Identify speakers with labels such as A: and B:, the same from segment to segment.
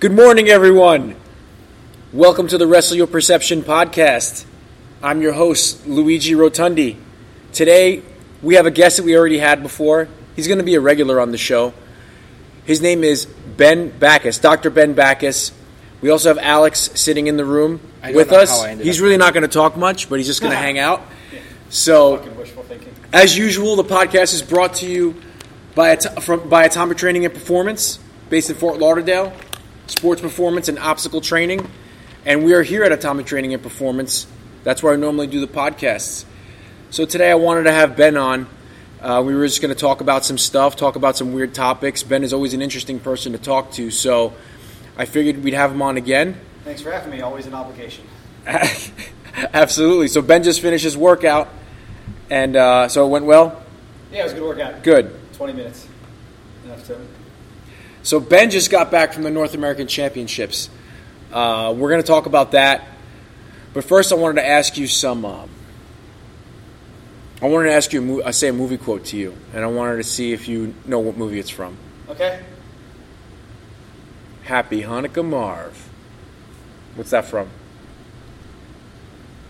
A: Good morning, everyone. Welcome to the Wrestle Your Perception podcast. I'm your host, Luigi Rotundi. Today, we have a guest that we already had before. He's going to be a regular on the show. His name is Ben Backus, Dr. Ben Backus. We also have Alex sitting in the room
B: I don't
A: with
B: know
A: us.
B: how I ended
A: He's
B: up
A: really not going to talk much, but he's just going to hang out. So, as usual, the podcast is brought to you by, At- from, by Atomic Training and Performance, based in Fort Lauderdale, sports performance and obstacle training. And we are here at Atomic Training and Performance. That's where I normally do the podcasts. So today I wanted to have Ben on. Uh, we were just going to talk about some stuff, talk about some weird topics. Ben is always an interesting person to talk to, so I figured we'd have him on again.
C: Thanks for having me. Always an obligation.
A: Absolutely. So Ben just finished his workout, and uh, so it went well.
C: Yeah, it was a good workout.
A: Good.
C: 20 minutes. Enough to.
A: So Ben just got back from the North American Championships. Uh, we're going to talk about that, but first I wanted to ask you some. Um, I wanted to ask you, a mo- I say a movie quote to you, and I wanted to see if you know what movie it's from.
C: Okay.
A: Happy Hanukkah, Marv. What's that from?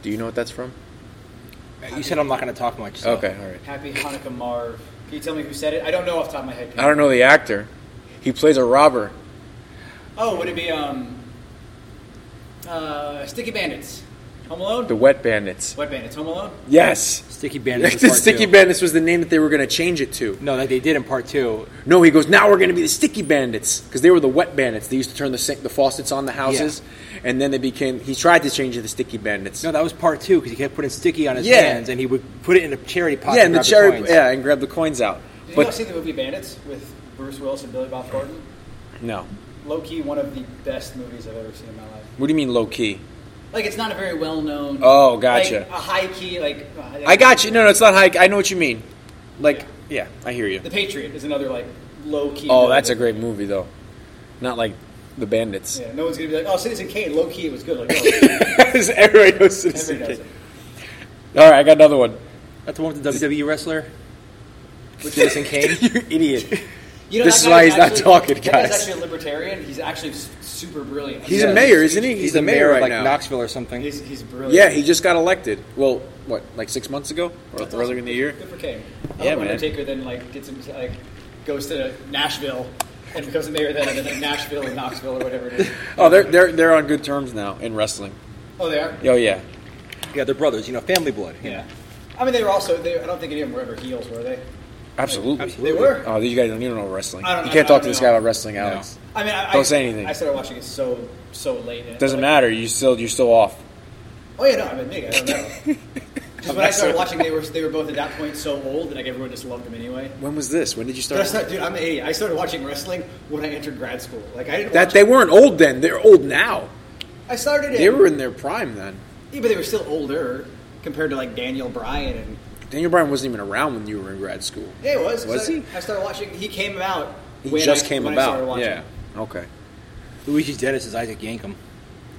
A: Do you know what that's from?
B: You said I'm not going to talk much. So.
A: Okay, all right.
C: Happy Hanukkah Marv. Can you tell me who said it? I don't know off the top of my head.
A: I don't know the actor. He plays a robber.
C: Oh, would it be um, uh, Sticky Bandits? Home Alone?
A: The Wet Bandits.
C: Wet Bandits. Home Alone?
A: Yes.
B: Sticky bandits.
A: The
B: in part
A: Sticky
B: two.
A: Bandits was the name that they were going to change it to.
B: No, that they did in part two.
A: No, he goes. Now we're going to be the Sticky Bandits because they were the Wet Bandits. They used to turn the sink, the faucets on the houses, and then they became. He tried to change it to Sticky Bandits.
B: No, that was part two because he kept putting sticky on his
A: Yeah.
B: hands, and he would put it in a charity pocket.
A: yeah, and the
B: grab
A: cherry.
B: coins.
A: yeah, and grab the coins out.
C: Did you all
A: But
C: see the movie Bandits with Bruce Willis and Billy Bob Thornton?
A: no.
C: Low key, one of the best movies I've ever seen in my life.
A: What do you mean low key?
C: Like, it's not a very well known.
A: Oh, gotcha.
C: Like, a high key, like. uh,
A: I got you. No, no, it's not hike. I know what you mean. Like, yeah, I hear you.
C: The Patriot is another, like, low key.
A: Oh, that's a great movie though. Not like the Bandits.
C: Yeah, no one's gonna be like, oh, Citizen Kane, low key, it was good. Like, oh, no,
A: Everybody knows Citizen
C: everybody knows
A: Kane.
C: it.
A: All right, I got another one.
B: that's the one with the WWE wrestler, with Citizen Kane.
A: you idiot.
C: You know,
A: This
C: that
A: is
C: guy
A: why he's not
C: actually-
A: talking,
C: that guy's
A: guys.
C: actually a libertarian. He's actually s- super brilliant.
A: He's
B: Yeah,
A: a mayor, isn't he?
B: He's, the mayor, of like Knoxville or something.
C: He's, he's brilliant.
A: Yeah, he just got elected. Well, what, like six months ago or
C: That's
A: earlier
C: awesome.
A: in the year?
C: Good for Kane. I
A: Yeah,
C: hope
A: man.
C: Undertaker then like gets him like goes to Nashville and becomes a mayor then, and then like, Nashville and Knoxville or whatever it is.
A: Oh, they're they're they're on good terms now in wrestling.
C: Oh, they are.
A: Oh yeah,
B: yeah, they're brothers. You know, family blood. you know.
C: Yeah. I mean, they were also. They, I don't think any of them were ever heels, were they?
A: absolutely.
B: Absolutely.
C: They were.
A: Oh, these guys don't even know wrestling.
C: I don't-
A: you
C: I-
A: can't
C: I
A: talk
C: don't
A: to this
C: know.
A: guy about wrestling, Alex.
C: I mean, I,
A: Don't
C: I-
A: say anything.
C: I started watching it so so late. in it,
A: Doesn't
C: but, like,
A: matter. You still you're still off.
C: Oh yeah, no, I'm a nigga. I don't know. Just when I started watching, they were they were both at that point so old, and like everyone just loved them anyway.
A: When was this? When did you
C: But I
A: start?
C: started, dude, I'm an idiot. I started watching wrestling when I entered grad school. Like I didn't.
A: That
C: watch
A: they weren't old then. They're old now.
C: I started it.
A: They were in their prime then.
C: yeah, but they were still older compared to like Daniel Bryan and
A: Daniel Bryan wasn't even around when you were in grad school.
C: yeah, it was. 'cause
A: Was
C: I,
A: he?
C: I started watching. He came out.
A: He
C: when
A: just
C: I,
A: came
C: when I started
A: about.
C: watching.
A: Yeah. Okay.
B: Luigi's Dennis is Isaac Yankum.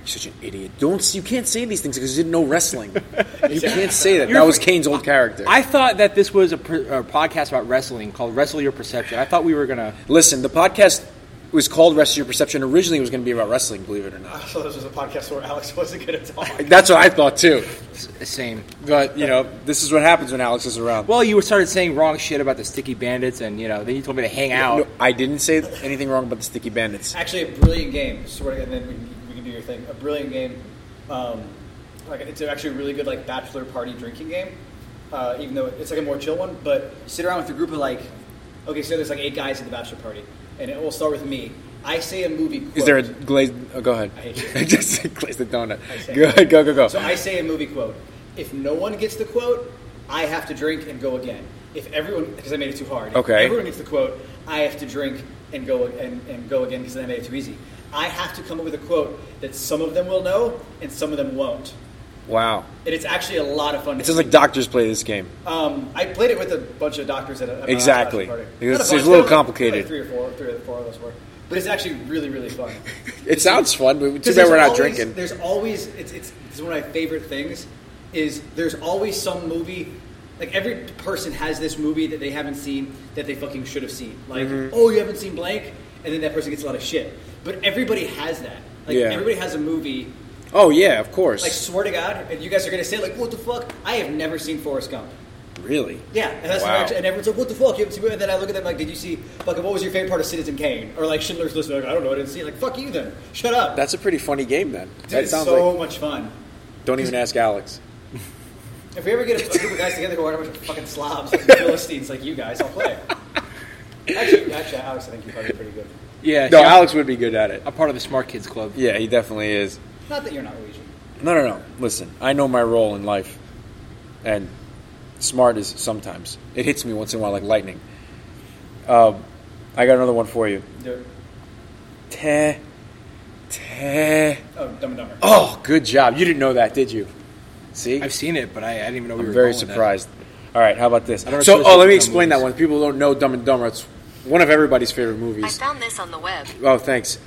A: You're such an idiot. Don't you can't say these things because you didn't know wrestling. you
C: Exactly.
A: can't say that.
B: You're
A: That was
B: fr-
A: Kane's old character.
B: I thought that this was a, per, a podcast about wrestling called "Wrestle Your Perception." I thought we were gonna.
A: Listen, the podcast was called Rest Your Perception. Originally, it was going to be about wrestling, believe it or
C: I
A: not.
C: thought this was a podcast where Alex wasn't going to talk.
A: That's what I thought too.
B: uh, Same.
A: But, you know, this is what happens when Alex is around.
B: Well, you started saying wrong shit about the sticky bandits, and you know, then you told me to hang out.
A: No, I didn't say anything wrong about the Sticky Bandits.
C: actually a brilliant game. Sort of, and then we, can- we can do your thing. A brilliant game. Um, like it's actually a really good like bachelor party drinking game. Uh, even though it's like a more chill one, but sit around with a group of like, okay, so there's like eight guys at the bachelor party, and it will start with me. I say a movie. Quote.
A: Is there a glazed? Oh, go ahead.
C: I hate you.
A: Just glaze the donut.
C: I
A: Go ahead, go go go.
C: So I say a movie quote. If no one gets the quote, I have to drink and go again. If everyone, because I made it too hard. If
A: Okay.
C: everyone gets the quote, I have to drink and go and, and go again because then I made it too easy. I have to come up with a quote that some of them will know and some of them won't.
A: wow,
C: And it's actually a lot of fun.
A: it
C: To
A: sounds like doctors play this game.
C: um, I played it with a bunch of doctors at a at my
A: Exactly.
C: last party.
A: It's-
C: Not
A: it's
C: bunch,
A: a little
C: there was like-
A: complicated.
C: there were like three or four, three or four of us were. But it's actually really, really fun.
A: It sounds fun, but too bad
C: Because there's
A: we're not
C: always-
A: drinking.
C: There's always it's, it's it's one of my favorite things is there's always some movie like every
A: Mm-hmm.
C: person has this movie that they haven't seen that they fucking should have seen. Like oh you haven't seen blank. and then that person gets a lot of shit. But everybody has that. Like
A: Yeah.
C: everybody has a movie.
A: Oh yeah, of course.
C: Like swear to God, and you guys are gonna say like, what the fuck? I have never seen Forrest Gump.
A: really?
C: Yeah, and that's
A: Wow.
C: wow. and everyone's like, "What the fuck?" You haven't seen it? And then I look at them like, "Did you see? Fucking what was your favorite part of Citizen Kane?" Or like Schindler's List? Like, I don't know, I didn't see. it. Like, fuck you then. Shut up.
A: That's a pretty funny game then.
C: Dude,
A: that
C: it's
A: sounds
C: so
A: like.
C: much fun.
A: Don't even ask Alex.
C: If we ever get a, a group of guys together who aren't a bunch of fucking slobs, like the Philistines, like you guys, I'll play. Actually, actually, Alex, I think you're probably pretty good.
B: Yeah,
A: No,
B: see, I'm-
A: Alex would be good at it.
B: I'm part of the Smart Kids Club.
A: Yeah, he definitely is.
C: Not that you're not Norwegian.
A: No, no, no. Listen, I know my role in life, and smart is sometimes it hits me once in a while like lightning. Um, I got another one for you.
C: Dude,
A: Teh, teh.
C: oh, Dumb and Dumber.
A: Oh, good job. You didn't know that, did you? See,
B: I've seen it, but I, I didn't even know we
A: I'm
B: were
A: very
B: going with that.
A: surprised. All right, how about this?
B: I don't
A: So,
B: associate
A: oh, let me
B: dumb
A: explain that
B: movies.
A: one. People don't know Dumb and Dumber. It's one of everybody's favorite
D: I
A: movies.
D: found this on the web.
A: Oh, thanks.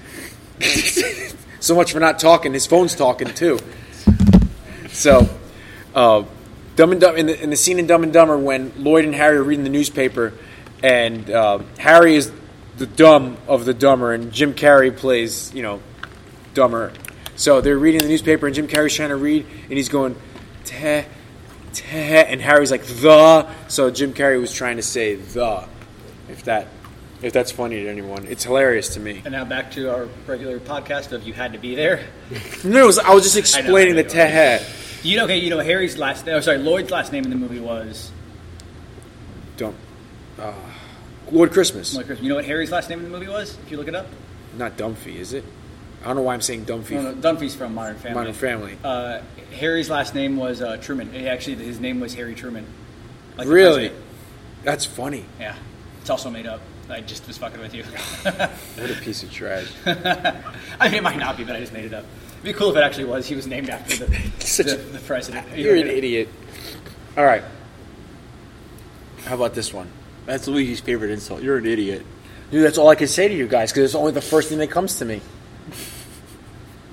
A: so much for not talking. His phone's talking too. So, uh, Dumb and Dumb in the, in the scene in Dumb and Dumber when Lloyd and Harry are reading the newspaper, and uh, Harry is the dumb of the dumber, and Jim Carrey plays you know dumber. So they're reading the newspaper, and Jim Carrey's trying to read, and he's going teh teh, and Harry's like the. So Jim Carrey was trying to say the, if that if that's funny to anyone, it's hilarious to me.
C: And now back to our regular podcast of "You Had to Be There."
A: No, it was, I was just
C: I know,
A: explaining
C: I
A: the
C: know you are.
A: teh.
C: You know, okay, you know Harry's last name. Oh, sorry, Lloyd's last name in the movie was.
A: Dumb. Uh, Lord Christmas.
C: Like, you know what Harry's last name in the movie was? If you look it up,
A: Not Dumphy, is it? I don't know why I'm saying Dumphy.
C: no, no, Dunphy's from Modern Family.
A: Modern Family.
C: uh, Harry's last name was uh, Truman. It actually, his name was Harry Truman. Like the
A: really?
C: president.
A: That's funny.
C: Yeah. It's also made up. I just was fucking with you.
A: What a piece of trash.
C: I mean, it might not be, but I just made it up. It'd be cool if it actually was. He was named after the,
A: Such
C: the,
A: a-
C: the president.
A: You're an idiot. All right. How about this one?
B: That's Luigi's favorite insult. You're an idiot.
A: Dude, that's all I can say to you guys because it's only the first thing that comes to me.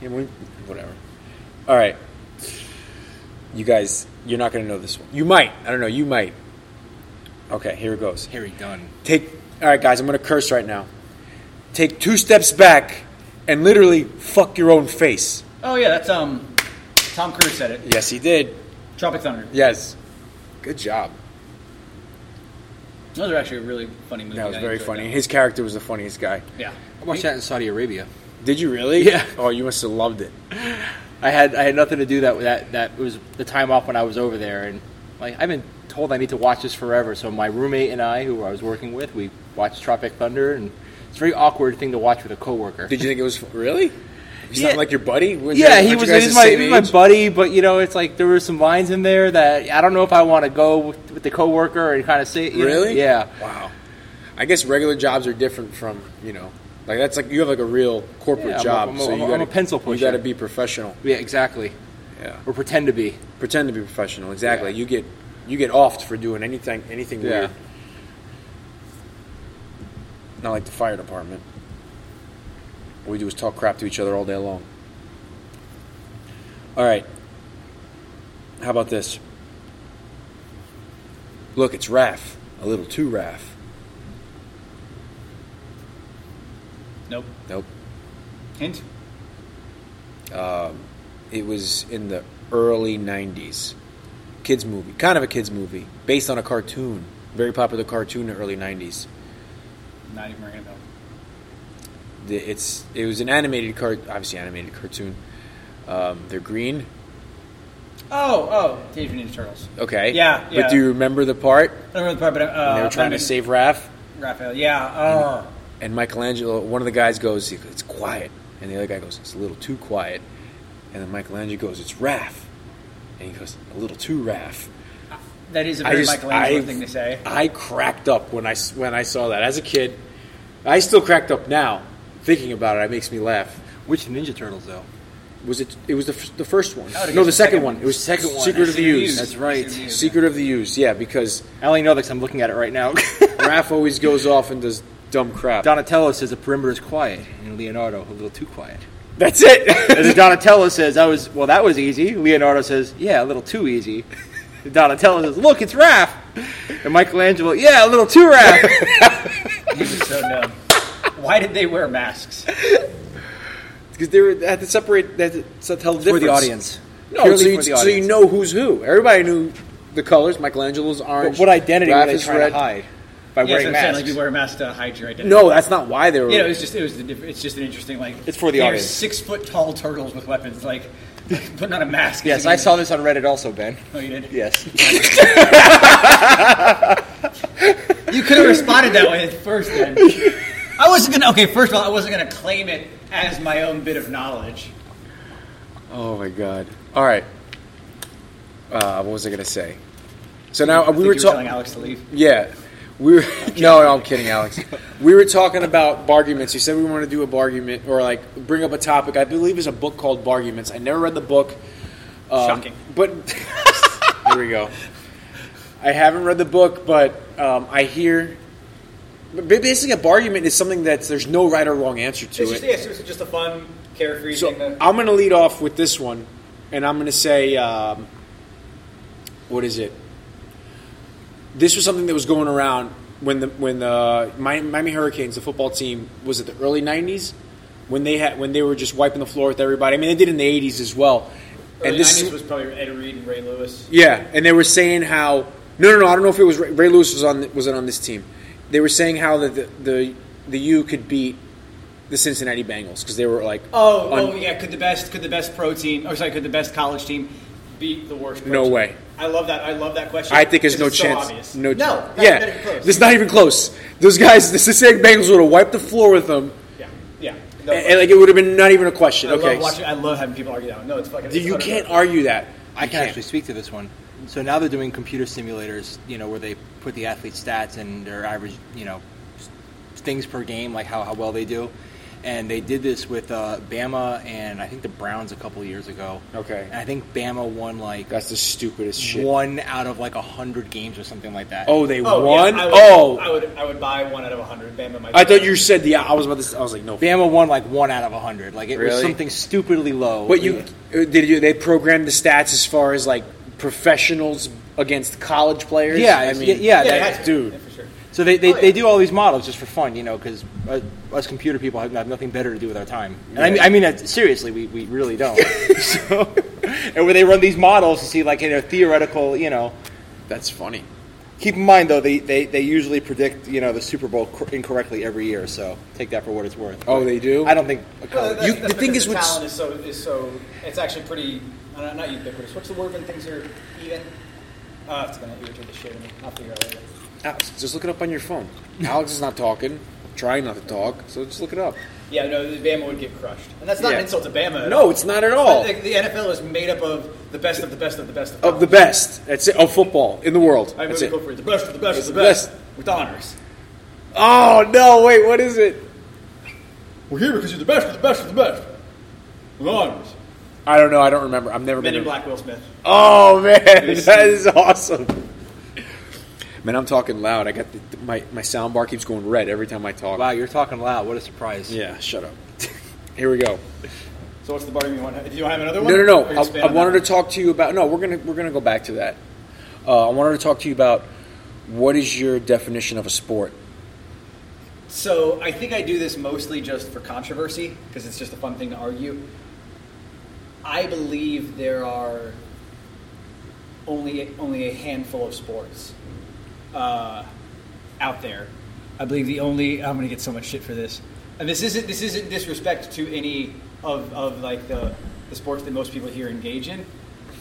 A: And we, whatever. All right. You guys, you're not going to know this one. You might. I don't know. You might. Okay, here it goes.
B: Harry Dunn.
A: Take all right, guys. I'm gonna curse right now. Take two steps back and literally fuck your own face.
C: Oh, yeah, that's um, Tom Cruise said it.
A: Yes, he did.
C: Tropic Thunder.
A: Yes. Good job.
C: Those are actually a really funny movie.
A: That was
C: I
A: very
C: enjoyed
A: funny.
C: that.
A: His character was the funniest guy.
C: Yeah.
B: I watched that in Saudi Arabia.
A: Did you really?
B: Yeah.
A: Oh, you must have loved it.
B: I had I had nothing to do that that that was the time off when I was over there, and like I've been told I need to watch this forever. So my roommate and I, who I was working with, we watched Tropic Thunder, and it's a very awkward thing to watch with a coworder.
A: Did you think it was fu- really? He's
B: Yeah.
A: not like your buddy. Was
B: yeah,
A: you- aren't
B: he
A: you
B: was,
A: guys
B: he was
A: the
B: my,
A: same
B: he was my
A: age?
B: buddy, but you know, it's like there were some lines in there that I don't know if I want to go with, with the coworker and kind of say, you know,
A: Really?
B: yeah,
A: Wow. I guess regular jobs are different from you know, like that's like you have like a real corporate
B: Yeah, I'm a-
A: job,
B: I'm a-
A: so
B: I'm
A: you
B: a- I'm
A: gotta,
B: a pencil
A: You
B: pusher.
A: got to be professional.
B: yeah, exactly,
A: Yeah.
B: or pretend to be.
A: pretend to be professional. Exactly.
B: Yeah.
A: You get you get offed for doing anything anything
B: Yeah.
A: weird. Not like the fire department. What we do is talk crap to each other all day long. All right. How about this? Look, it's Raph. A little too Raph.
C: Nope.
A: Nope.
C: Hint?
A: It was in the early 90s. Kids movie. Kind of a kids movie. Based on a cartoon. Very popular cartoon in the early 90s.
C: Not even ringing a bell.
A: the, it's it was an animated cart obviously animated cartoon. Um, they're green.
C: Oh, oh, Teenage Mutant Ninja Turtles.
A: Okay.
C: Yeah, yeah.
A: But do you remember the part?
C: I don't remember the part, but uh,
A: when they were trying
C: Lemon-
A: to save Raph,
C: Raphael. Yeah. Oh.
A: and Michelangelo. One of the guys goes, he goes, "It's quiet," and the other guy goes, "It's a little too quiet," and then Michelangelo goes, "It's Raph," and he goes, "A little too Raph."
C: That is a
A: I
C: very
A: just,
C: Michelangelo
A: I-
C: thing to say.
A: I cracked up when I s- when I saw that as a kid. I still cracked up now thinking about it. It makes me laugh.
B: Which Ninja Turtles though?
A: Was it? It was the, f- the first one.
C: I would've
A: No,
C: guessed
A: Oh, the
C: the
A: second
C: second
A: one. It was
B: Second one.
A: Secret of the
B: Secret of the
A: Use.
B: Use. That's right.
C: Secret of the Use,
A: Secret of the Use. Yeah, because
B: I only know that 'cause I'm looking at it right now.
A: Raph always goes off and does dumb crap.
B: Donatello says the perimeter is quiet, and Leonardo a little too quiet.
A: That's it.
B: And then Donatello says, "I was well, that was easy." Leonardo says, "Yeah, a little too easy." And Donatello says, "Look, it's Raph." And Michelangelo, "Yeah, a little too Raph."
C: This is so dumb. Why did they wear masks?
B: because they, were- they had to separate. They had to so tell the
A: For
B: difference
A: the audience. No,
B: Purely
A: so you,
B: for the
A: so you
B: audience.
A: know who's who. Everybody knew the colors. Michelangelo's orange.
B: What, what identity were they
A: Raphael's
B: trying
A: red.
B: to hide by
C: yeah, that's
B: wearing
C: what I'm saying.
B: masks?
C: Like you wear a mask to hide your identity.
A: No, that's not why they were.
C: You know, it's just it was the diff- it's just an interesting like
B: It's for the
C: they are
B: audience.
C: Six foot tall turtles with weapons, like putting on a mask.
B: yes, I saw this on Reddit also, Ben.
C: No, you did.
B: Yes.
C: You could have responded that way at first. Then I wasn't gonna. Okay, first of all, I wasn't gonna claim it as my own bit of knowledge.
A: oh my god. All right. Uh, what was I gonna say? So now uh, we were
C: you were
A: talking.
C: telling Alex to leave.
A: Yeah. We were, no, no, I'm kidding, Alex. We were talking about barguments. You said we want to do a bargument or like bring up a topic. I believe is a book called Barguments. I never read the book. Um,
C: Shocking.
A: But here we go. I haven't read the book, but um, I hear. But ba- basically, a bargument is something that there's no right or wrong answer to
C: It's
A: it.
C: just, yeah, so it's just a fun, carefree
A: So uh,
C: thing. That,
A: I'm going to lead off with this one, and I'm going to say, um, what is it? This was something that was going around when the when the Mi- Miami Hurricanes, the football team, was it the early '90s when they had when they were just wiping the floor with everybody. I mean, they did in the '80s as well.
C: early
A: and this
C: 90s was probably Ed Reed and Ray Lewis.
A: yeah, and they were saying how no, no, no. I don't know if it was Ray, Ray Lewis was on wasn't on this team. They were saying how the the the, the U could beat the Cincinnati Bengals because they were like
C: Oh,
A: on-
C: oh yeah. Could the best could the best pro team or sorry could the best college team beat the worst? Pro
A: No
C: team?
A: way.
C: I love that. I love that question.
A: I think there's no
C: because it's so
A: chance.
C: obvious.
A: No, ch-
C: no. Not,
A: yeah,
C: Not even close.
A: it's not even close. Those guys, the Cincinnati Bengals would have wiped the floor with them,
C: yeah. Yeah.
A: a- and, like it would have been not even a question.
C: I
A: okay,
C: love watching. I love having people argue that. One. No, it's fucking.
A: Dude,
C: it's
A: you
C: utter-
A: can't argue that.
B: I can actually speak to this one. So now they're doing computer simulators, you know, where they put the athlete stats and their average, you know, s- things per game, like how, how well they do. And they did this with uh, Bama and I think the Browns a couple years ago.
A: Okay.
B: And I think Bama won like
A: That's the stupidest shit.
B: one out of like a hundred games or something like that.
A: Oh, they
C: Oh,
A: won.
C: Yeah, I would,
A: oh,
C: I would. I would buy one out of a hundred. Bama might.
A: I thought you said the. I was about to. s- I was like, no.
B: Bama won like one out of a hundred. Like it was
A: Really?
B: something stupidly low.
A: But you uh, did you? They programmed the stats as far as like professionals against college players.
B: Yeah,
A: I
B: it's-
A: mean,
B: yeah, yeah,
C: Yeah,
B: that-
C: it has to be,
A: dude.
C: yeah, for sure.
B: So they, they,
C: Oh, yeah.
B: they do all these models just for fun, you know, because uh, us computer people have, have nothing better to do with our time. And I mean, I mean that seriously, we, we really don't. so, and where they run these models to see, like, you know, theoretical, you know.
A: that's funny.
B: Keep in mind, though, they, they, they usually predict, you know, the Super Bowl cor- incorrectly every year, so take that for what it's worth.
A: Oh, they do?
B: I don't think
C: Well,
B: a college.
C: that's-
A: You-
C: that's
A: the thing
C: because
A: is what's-
C: talent is so is so. It's actually pretty. I don't know, not ubiquitous. What's the word when things are even? Uh, it's gonna irritate the shit out of me. I'll figure it out later.
A: Alex, just look it up on your phone. Alex is not talking. Trying not to talk, so just look it up.
C: Yeah, no, Bama would get crushed, and that's not
A: Yeah.
C: an insult to Bama. at
A: No, it's not at all.
C: all. The, the NFL is made up of the best of the best of the best of,
A: of the best. That's it. Of football in the world.
C: I
A: That's
C: really
A: it.
C: go for it. The best of the best
A: It's
C: of
A: the
C: the best,
A: best.
C: with honors.
A: Oh no! Wait, what is it?
C: We're here because you're the best of the best of the best with honors.
A: I don't know. I don't remember. I've never
C: Men
A: been.
C: in
A: to-
C: Black, Will Smith.
A: Oh man, that is awesome. Man, I'm talking loud. I got the, my my sound bar keeps going red every time I talk.
B: Wow, you're talking loud. What a surprise.
A: Yeah, shut up. Here we go.
C: So what's the bargain you want? Do you want to have another
A: No, no,
C: one?
A: no.
C: Or
A: I,
C: expand
A: I
C: on
A: wanted
C: that?
A: to talk to you about. No, we're gonna we're gonna go back to that. Uh, I wanted to talk to you about what is your definition of a sport.
C: So I think I do this mostly just for controversy because it's just a fun thing to argue. I believe there are only only a handful of sports uh, out there. I believe the only I'm going to get so much shit for this, and this isn't this isn't disrespect to any of, of like the the sports that most people here engage in,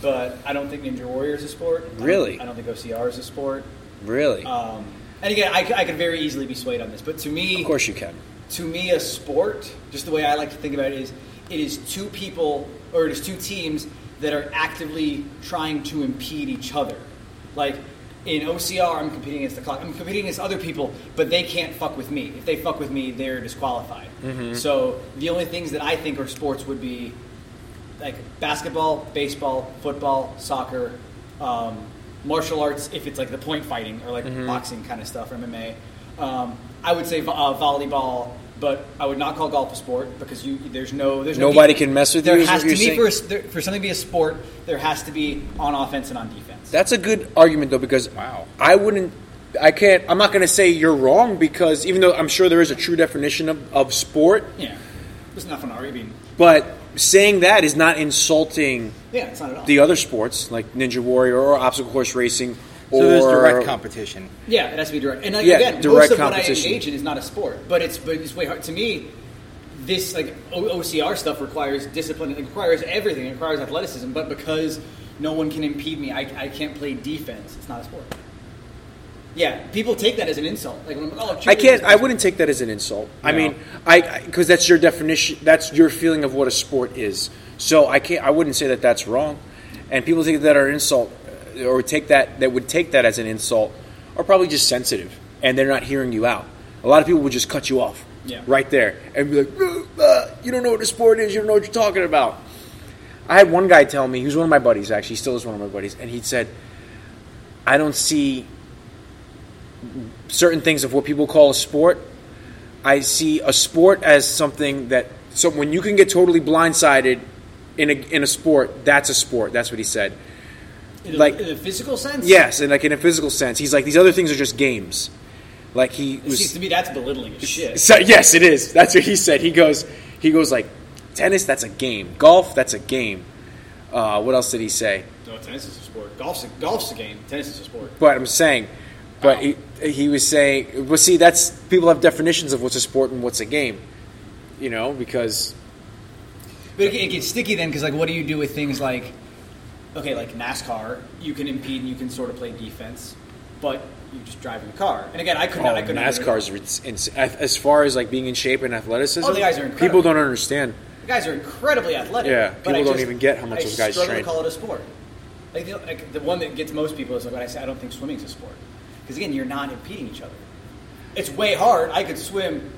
C: but I don't think Ninja Warrior is a sport. I don't-
A: Really?
C: I don't think OCR is a sport.
A: Really?
B: Oh.
C: Um, and again, I, c- I could very easily be swayed on this, but to me,
A: of course you can.
C: to me, a sport, just the way I like to think about it, is it is two people or it is two teams that are actively trying to impede each other. Like in OCR, I'm competing against the clock. I'm competing against other people, but they can't fuck with me. If they fuck with me, they're disqualified. So the only things that I think are sports would be like basketball, baseball, football, soccer, um, martial arts. If it's like the point fighting or like
A: Mm-hmm.
C: boxing kind of stuff, MMA. Um, I would say vo- uh, volleyball, but I would not call golf a sport because you there's no there's no
A: Nobody
C: def-
A: can mess with
C: there
A: you, is
C: Has
A: what
C: to
A: you're
C: be for, a s- there, for something to be a sport, there has to be on offense and on defense.
A: That's a good argument though because
B: Wow.
A: I wouldn't I can't. I'm not going to say you're wrong because even though I'm sure there is a true definition of, of sport,
C: Yeah, there's nothing to argue. I mean,
A: but saying that is not insulting
C: yeah, it's not at all.
A: the other sports like Ninja Warrior or obstacle course racing. Or
B: so there's direct competition.
C: Yeah, it has to be direct. And like,
A: Yeah,
C: again,
A: direct
C: most of what I
A: competition.
C: engage in is not a sport, but it's but it's way hard to me. This like o- OCR stuff requires discipline. It requires everything. It requires athleticism. But because no one can impede me, I, I can't play defense. It's not a sport. Yeah, people take that as an insult. Like, when I'm, oh,
A: I can't.
C: cheerleading's
A: I
C: a
A: wouldn't take that as an insult. I
B: No.
A: mean, I because that's your definition. That's your feeling of what a sport is. So I can't. I wouldn't say that that's wrong. And people think that are insult uh, or take that that would take that as an insult are probably just sensitive and they're not hearing you out. A lot of people would just cut you off
C: Yeah.
A: right there and be like, "Uh, uh, "You don't know what a sport is. You don't know what you're talking about." I had one guy tell me. He was one of my buddies. Actually, he still is one of my buddies, and he said, "I don't see certain things of what people call a sport. I see a sport as something that so when you can get totally blindsided in a in a sport, that's a sport. That's what he said.
C: In a,
A: like-
C: in a physical sense,
A: Yes, and like in a physical sense, he's like these other things are just games. Like he
C: It seems
A: was
C: to me that's belittling as shit.
A: so, yes, it is. That's what he said. He goes he goes like tennis that's a game. Golf that's a game. Uh, what else did he say?
C: No, tennis is a sport. Golf's a, golf's a game. Tennis is a sport.
A: But I'm saying, but he, he was saying, well, see, that's people have definitions of what's a sport and what's a game, you know, because
C: But it, it gets sticky then because like, what do you do with things like, okay, like NASCAR? You can impede and you can sort of play defense, but you just drive your car. And again, I could
A: oh,
C: not. I could Not
A: NASCAR's it's, it's, as far as like being in shape and athleticism,
C: Oh, the guys are
A: people
C: incredible.
A: don't understand.
C: the guys are incredibly athletic.
A: Yeah,
C: but I
A: people don't
C: just-
A: even get how much
C: I
A: those guys
C: struggle
A: train.
C: to call it a sport. Like the, like the one that gets most people is like when I say I don't think swimming's a sport because again, you're not impeding each other. It's way hard. I could swim.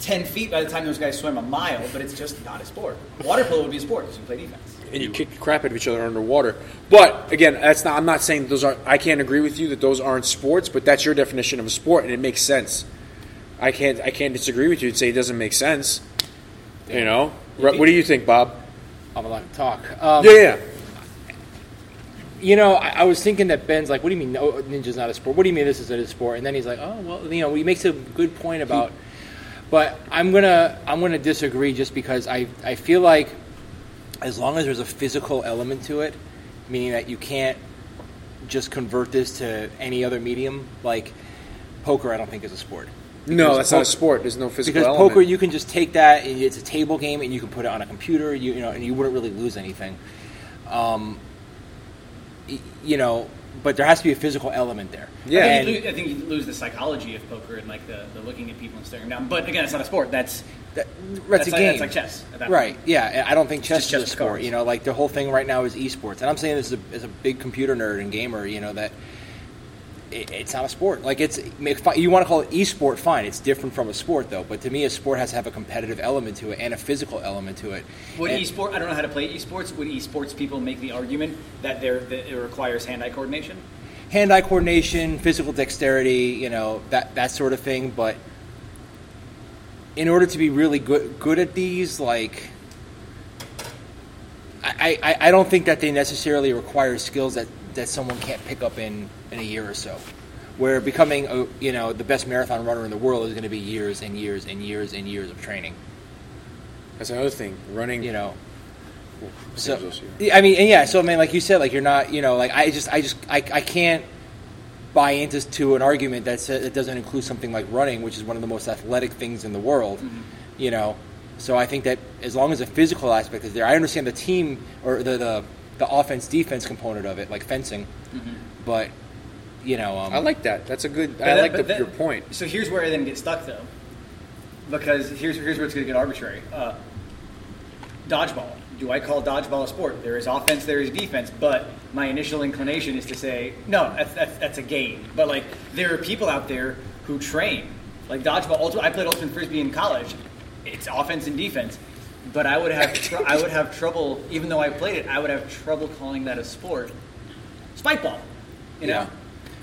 C: 10 feet by the time those guys swim a mile, but it's just not a sport. Water polo would be a sport because you play defense.
A: and you kick the crap out of each other underwater. But again, that's not. I'm not saying those aren't. I can't agree with you that those aren't sports, but that's your definition of a sport, and it makes sense. I can't. I can't disagree with you and say it doesn't make sense. You know, Re- what do you think, Bob?
B: I'm allowed to talk. Um,
A: Yeah, yeah.
B: You know, I, I was thinking that Ben's like, "What do you mean no, ninja's not a sport? What do you mean this is a sport?" And then he's like, "Oh, well, you know, he makes a good point about." But I'm gonna I'm gonna disagree just because I I feel like as long as there's a physical element to it, meaning that you can't just convert this to any other medium, like poker, I don't think is a sport.
A: No, that's not a
B: poker-
A: sport. There's no physical
B: because
A: element.
B: poker you can just take that and it's a table game and you can put it on a computer you, you know and you wouldn't really lose anything um, y- you know but there has to be a physical element there
A: Yeah.
C: I think,
B: and
C: you lose, I think you lose the psychology of poker and like the, the looking at people and staring down. But again, it's not a sport. That's
B: that, that's,
C: that's,
B: a
C: like,
B: game
C: That's like chess. At that
B: right
C: Point.
B: yeah and I don't think chess
C: just
B: is a
C: chess with
B: sport
C: cards.
B: you know like the whole thing right now is esports and I'm saying this as a, as a big computer nerd and gamer you know that it, it's not a sport like it's make fi- you want to call it esport fine it's different from a sport though but to me a sport has to have a competitive element to it and a physical element to it
C: Would
B: And-
C: esport? I don't know how to play esports. Would esports people make the argument that they're that it requires hand-eye coordination?
B: hand-eye coordination, physical dexterity, you know that that sort of thing. But in order to be really good good at these, like I, I, I don't think that they necessarily require skills that, that someone can't pick up in, in a year or so. Where becoming a, you know the best marathon runner in the world is going to be years and years and years and years of training.
A: That's another thing. Running.
B: You know.
A: Seems
B: So
A: also-
B: yeah, I mean, and yeah. So I mean, like you said, like you're not, you know, like I just, I just, I, I can't buy into to an argument that sa- that doesn't include something like running, which is one of the most athletic things in the world. You know, so I think that as long as the physical aspect is there, I understand the team or the the, the offense defense component of it, like fencing, but you know, um,
A: I like that. That's a good.
C: But
A: I
C: that-
A: like the,
C: but that-
A: your point.
C: So here's where I then get stuck though, because here's here's where it's going to get arbitrary. Uh, dodgeball. Do I call dodgeball a sport? There is offense, there is defense, but my initial inclination is to say no. That's that's, that's a game. But like there are people out there who train like dodgeball. Ultimate, I played ultimate frisbee in college. It's offense and defense. But I would have tr- I would have trouble, even though I played it, I would have trouble calling that a sport. Spike ball, you know.
B: Yeah.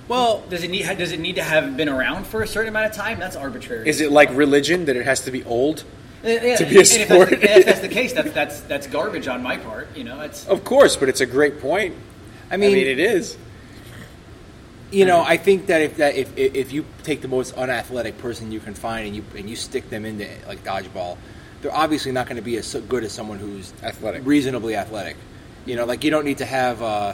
B: well,
C: Does it need does it need to have been around for a certain amount of time? That's arbitrary.
A: Is it like religion that it has to be old?
C: Uh, yeah,
A: to be a
C: and if that's the-
A: sport?
C: If that's, the, case, that's that's that's garbage on my
A: Uh,
C: part. You know, that's
A: Of course, but it's a great point.
B: I mean,
A: it is.
B: you know, I think that if that if if if you take the most unathletic person you can find and you and you stick them into like dodgeball, they're obviously not going to be as so good as someone who's
A: Athletic.
B: reasonably athletic. You know, like you don't need to have uh,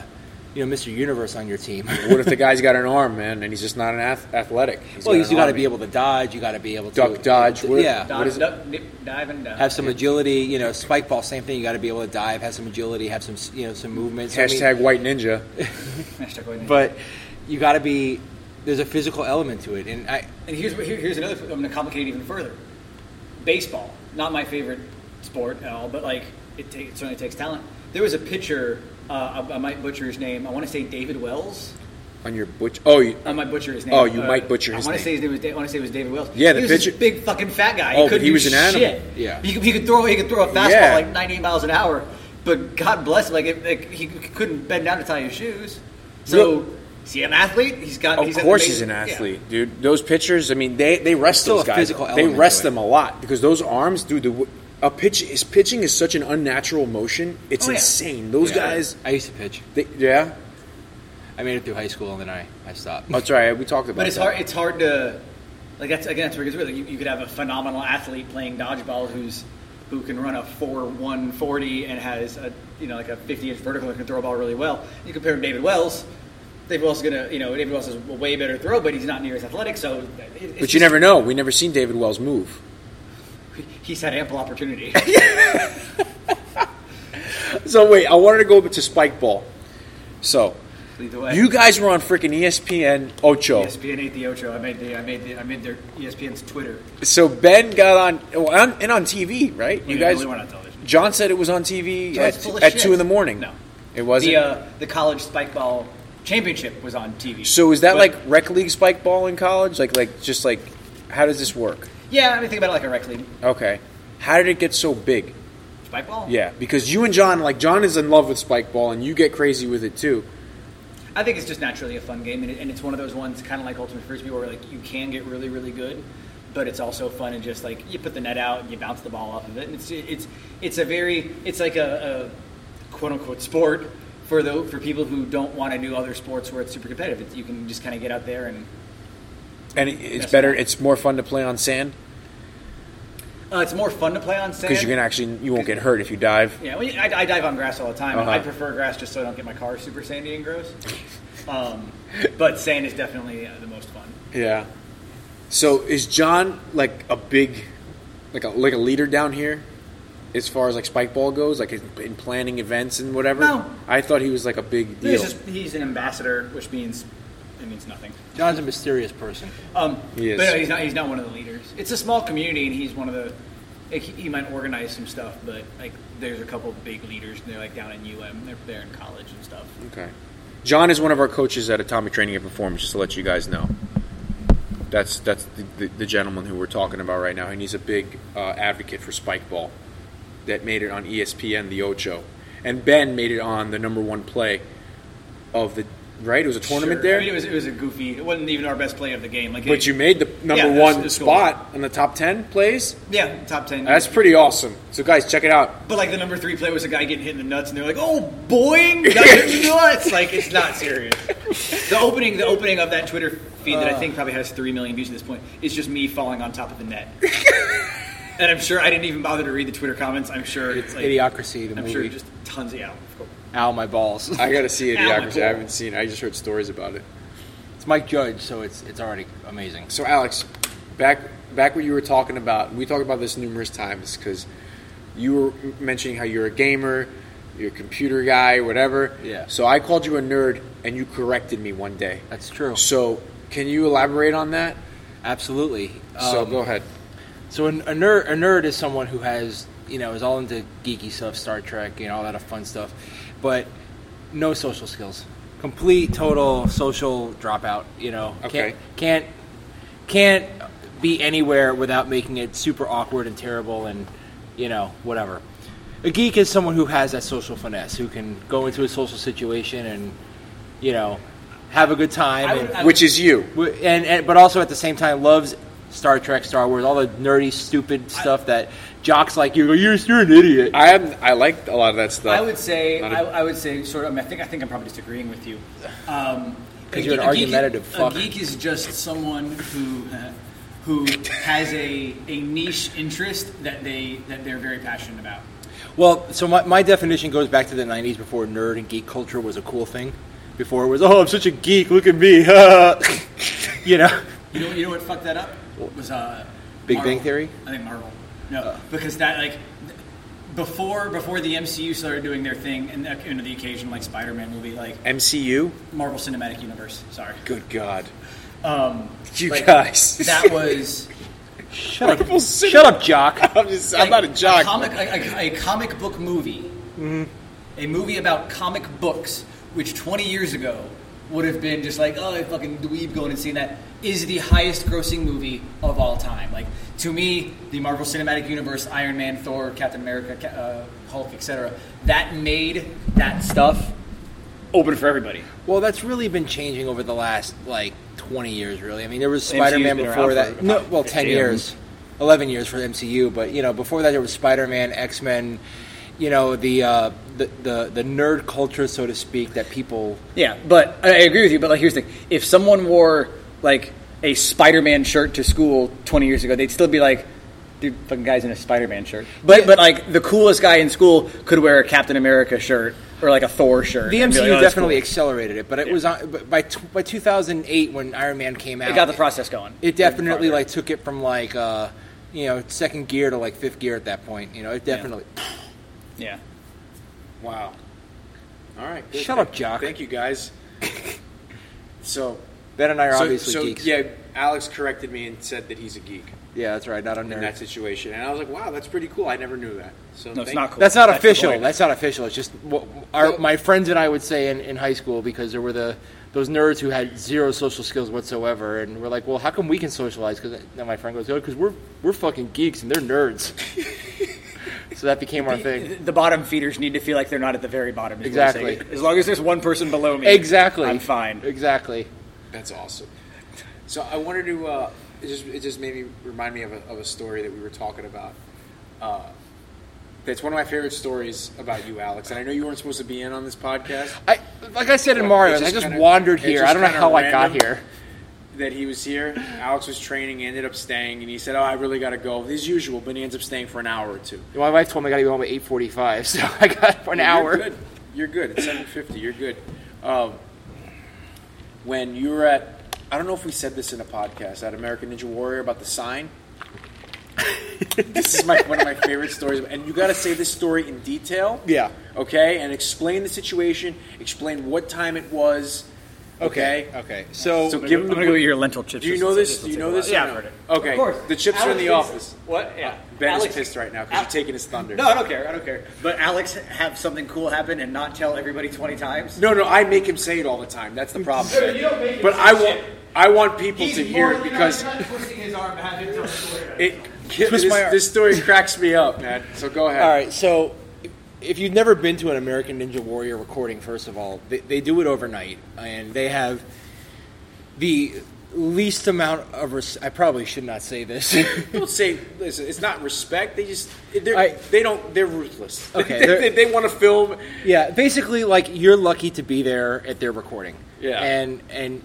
B: you know Mr. Universe on your team.
A: What if the guy's got an arm, man, and he's just not an ath- athletic? He's
B: well,
A: got
B: you
A: an
B: got to
A: arm.
B: be able to dodge. You got to be able to
A: Duck, dodge, what-
B: yeah,
A: What is
C: Dive, duck, nip, dive and dive.
B: have some agility. You know, spike ball, same thing. You got to be able to dive, have some agility, have some you know some movement. So, I mean-
A: Hashtag white ninja.
C: Hashtag going in.
B: but you got to be. There's a physical element to it, and I
C: And here's here, here's another. I'm going to complicate it even further. Baseball, not my favorite sport at all, but like it, ta- it certainly takes talent. There was a pitcher. Uh, I, I might butcher his name. I want to say David Wells.
A: On your butch. Oh, you,
C: I might butcher his name. Uh,
A: Oh, you might butcher his
C: I want
A: name.
C: to say his name was. Da- I want to say it was David Wells.
A: Yeah, the
C: he was this
A: pitcher-
C: big fucking fat guy.
A: Oh,
C: he
A: but
C: couldn't
A: he was
C: do
A: an animal.
C: Shit.
B: Yeah.
C: he could, he could throw. He could throw a fastball
A: Yeah.
C: like 98 miles an hour, but God bless, him, like, it, like he couldn't bend down to tie his shoes. So,
A: Real-
C: is he an athlete? He's got.
A: of
C: he's got
A: course
C: amazing-
A: he's an
C: yeah.
A: athlete, dude. Those pitchers, I mean, they they rest
B: Still
A: those
B: a
A: guys.
B: physical
A: they
B: element
A: rest
B: to it.
A: them a lot because those arms, dude. The, a pitch is pitching is such an unnatural motion. It's
C: Oh, yeah.
A: insane. Those
B: yeah,
A: guys,
B: I used to pitch.
A: they, yeah.
B: I made it through high school, and then I I stopped.
A: That's right. We talked about.
C: But it's
A: that.
C: hard. It's hard to like that's again that's where it's really you, you could have a phenomenal athlete playing dodgeball who's who can run a four one forty and has a you know like a fifty inch vertical and can throw a ball really well. You compare him to David Wells. David Wells is gonna you know David Wells is a way better throw, but he's not near as athletic. So it, it's
A: But you
C: just-
A: never know. We never seen David Wells move.
C: he's had ample opportunity.
A: So wait, I wanted to go to spike ball. So
C: Lead the way. E
A: you guys were on E freaking ESPN Ocho.
C: ESPN ate the Ocho. I made the I made the I made their E ESPN's Twitter.
A: So Ben got on, well, on and on TV, right?
C: We
A: You
C: didn't
A: guys.
C: really want it on television.
A: John said it was on TV
C: John's
A: at,
C: full of
A: at
C: shit.
A: two in the morning.
C: No.
A: it wasn't.
C: The uh, the college spike ball championship was on TV.
A: So is that
C: But-
A: like rec league spike ball in college? Like like just like how does this work?
C: yeah? I mean think about it like a rec league
A: Okay. How did it get so big?
C: spike ball.
A: Yeah, because you and John like John is in love with spike ball and you get crazy with it too.
C: I think it's just naturally a fun game, and, it, and it's one of those ones, kind of like Ultimate Frisbee, where like you can get really, really good, but it's also fun and just like you put the net out and you bounce the ball off of it, and it's it's it's a very it's like a, a quote unquote sport for the for people who don't want to do other sports where it's super competitive. It's, you can just kind of get out there and
A: And it, it's
C: That's
A: better
C: right.
A: it's more fun to play on sand
C: uh, it's more fun to play on sand.
A: because you can actually you won't get hurt if you dive.
C: Yeah, well, I, I dive on grass all the time.
A: Uh-huh.
C: I prefer grass just so I don't get my car super sandy and gross. um, but sand is definitely uh, the most fun.
A: Yeah. So is John like a big like a like a leader down here as far as like spike ball goes, like in, in planning events and whatever?
C: No.
A: I thought he was like a big deal.
C: He's just he's an ambassador, which means it means nothing.
B: John's a mysterious person.
C: Um,
A: He is.
C: But no, he's not. He's not one of the leaders. It's a small community, and he's one of the. Like, he he might organize some stuff, but like there's a couple of big leaders. And they're like down in UM. They're there in college and stuff.
A: Okay. John is one of our coaches at Atomic Training and Performance, just to let you guys know. That's that's the, the, the gentleman who we're talking about right now, and he's a big uh, advocate for spike ball that made it on E ESPN, the Ocho. And Ben made it on the number one play of the, right? It was a tournament
C: Sure.
A: there?
C: I mean, it was it was a goofy. It wasn't even our best play of the game. Like,
A: but
C: it-
A: you made the number
C: Yeah,
A: one
C: it's- it's cool.
A: spot in the top 10 plays?
C: yeah, top ten.
A: That's pretty awesome. So, guys, check it out.
C: But like the number three play was a guy getting hit in the nuts, and they're like, "Oh, boing!" Got hit in the nuts. Like it's not serious. The opening, the opening of that Twitter feed that I think probably has three million views at this point is just me falling on top of the net. and I'm sure I didn't even bother to read the Twitter comments. I'm sure it's like
B: Idiocracy, the
C: I'm
B: movie.
C: sure just tons of yeah. of course.
B: Ow, my balls.
A: I got to see it.
C: Ow, my
A: Idiocracy. I
C: ball.
A: haven't seen it. I just heard stories about it.
B: it's Mike Judge, so it's it's already amazing.
A: So Alex, back back what you were talking about. We talked about this numerous times because you were mentioning how you're a gamer, you're a computer guy, whatever.
B: Yeah.
A: So I called you a nerd, and you corrected me one day.
B: That's true.
A: So can you elaborate on that?
B: Absolutely.
A: so
B: Um,
A: go ahead.
B: So an, a nerd, a nerd is someone who has you know is all into geeky stuff, Star Trek, you know all that fun stuff, but no social skills. Complete total social dropout. You know,
A: Okay.
B: can't can't can't be anywhere without making it super awkward and terrible and you know whatever. A geek is someone who has that social finesse, who can go into a social situation and you know have a good time.
C: I
B: and,
C: would- I
A: Which is you?
B: Wh- and, and but also at the same time loves Star Trek, Star Wars, all the nerdy, stupid stuff that jocks like you go, you're, you're an idiot.
A: I am. I like a lot of that stuff.
C: I would say,
A: Not
C: I
A: a-
C: I would say, sort of. I, mean, I think I think I'm probably disagreeing with you. Um,
B: because you're an
D: A geek-
B: argumentative
D: a
B: fuck.
D: geek is just someone who uh, who has a, a niche interest that they that they're very passionate about.
B: Well, so my, my definition goes back to the 90s before nerd and geek culture was a cool thing. Before it was, oh, I'm such a geek, look at me. you know?
D: You know you know what fucked that up was uh,
B: Big Bang Theory? Oh.
D: I think Marvel. No, because that like th- before before the MCU started doing their thing and uh, you know, the occasion like Spider-Man movie like
A: MCU.
D: Marvel Cinematic Universe. Sorry,
A: Good God,
D: um,
A: you
D: like,
A: guys.
D: That was
B: Shut up.
A: Marvel Cinema-
B: Shut up, Jock.
A: I'm just.
D: like,
A: I'm not a jock. Mm-hmm.
D: comic, a, a- a comic book movie, a movie about comic books, which 20 years ago would have been just like, oh, a fucking dweeb going and seeing that, is the highest grossing movie of all time. Like, to me, the Marvel Cinematic Universe, Iron Man, Thor, Captain America, Ca- uh, Hulk, etc., that made that stuff open for everybody.
B: Well, that's really been changing over the last, like, 20 years, really. I mean, there was
C: MCU's
B: Spider Man
C: been
B: before
C: around
B: that.
C: for
B: No,
C: about
B: well, 10
C: 15.
B: years. 11 years for the MCU, but, you know, before that, there was Spider Man, X Men, you know, the, uh, the, the, the nerd culture, so to speak, that people.
C: Yeah, but I I agree with you. But like, here's the thing: if someone wore like a Spider-Man shirt to school 20 years ago, they'd still be like, "Dude, fucking guy's in a Spider-Man shirt." But but like the coolest guy in school could wear a Captain America shirt or like a Thor shirt.
B: The
C: and be
B: MCU
C: like, "Oh, that's
B: definitely
C: cool."
B: accelerated it, but it was on, but by t- by 2008 when Iron Man came out.
C: it got the process going.
B: It definitely
C: Farther.
B: like took it from like uh, you know second gear to like fifth gear at that point. You know, it definitely.
C: yeah.
B: Wow.
A: All right.
B: Shut
A: Thank-
B: up, Jock.
A: Thank you, guys. so,
B: Ben and I are
A: so,
B: obviously
A: so,
B: geeks.
A: yeah, Alex corrected me and said that he's a geek
B: Yeah, that's right. Not a
A: in
B: nerd.
A: that
B: That's,
A: situation, and I was like, "Wow, that's pretty cool. I never knew that." So
C: No, it's
A: thank-
C: not cool.
B: not
C: That's the
B: official.
C: point.
B: That's not official. It's just what our, my friends and I would say in, in high school because there were the those nerds who had zero social skills whatsoever, and we're like, well, how come we can socialize? Because then my friend goes, oh, because we're we're fucking geeks and they're nerds. so that became our thing.
C: The bottom feeders need to feel like they're not at the very bottom. is what I'm saying.
B: Exactly.
C: As long as there's one person below me,
B: Exactly.
C: I'm fine.
B: Exactly.
A: That's awesome. So I wanted to. Uh, it just it just made me remind me of a, of a story that we were talking about. Uh, that's one of my favorite stories about you, Alex. And I know you weren't supposed to be in on this podcast.
B: I like I said in
A: Well,
B: Mario,
A: it
B: I
A: just
B: just
A: kinda-
B: wandered
A: it
B: here.
A: just
B: I don't know
A: kinda
B: how I got
A: random.
B: here.
A: That he was here. Alex was training, ended up staying, and he said, "Oh, I really got to go." As usual, but he ends up staying for an hour or two.
B: My wife told me I got to be home at eight forty-five, so I got for an hour.
A: You're good. You're good. It's seven fifty. You're good. Um, when you were at, I don't know if we said this in a podcast at American Ninja Warrior about the sign. this is my, one of my favorite stories, and you got to say this story in detail.
B: Yeah.
A: Okay, and explain the situation. Explain what time it was. Okay.
B: Okay. So,
A: So give
C: I'm
A: him
C: gonna go
A: the.
C: eat your lentil chips.
A: Do you know this? Do you know this?
C: Yeah,
A: or no?
C: I've heard it.
A: Okay.
C: Of course.
A: The chips are in the
C: Alex
A: office. Uh,
C: What? Yeah.
A: Ben
C: Alex-
A: is pissed right now because you're taking his thunder.
C: No, I don't care. I don't care. But Alex have something cool happen and not tell everybody twenty times.
A: No, no, I make him say it all the time. That's the problem.
D: you don't make him
A: but
D: say
A: I want,
D: shit.
A: I want people to hear it because
D: twisting his arm to have him tell the story.
A: it. This,
B: my arm.
A: this story cracks me up, man. So go ahead.
B: all right. So, if you've never been to an American Ninja Warrior recording, first of all, they, they do it overnight, and they have the least amount of. Res- I probably should not say this.
A: Don't say. Listen, it's not respect. They just. They're,
B: I-
A: they don't. They're ruthless.
B: Okay,
A: they,
B: they're-
A: they, want to film.
B: Yeah, basically, like you're lucky to be there at their recording.
A: Yeah.
B: and and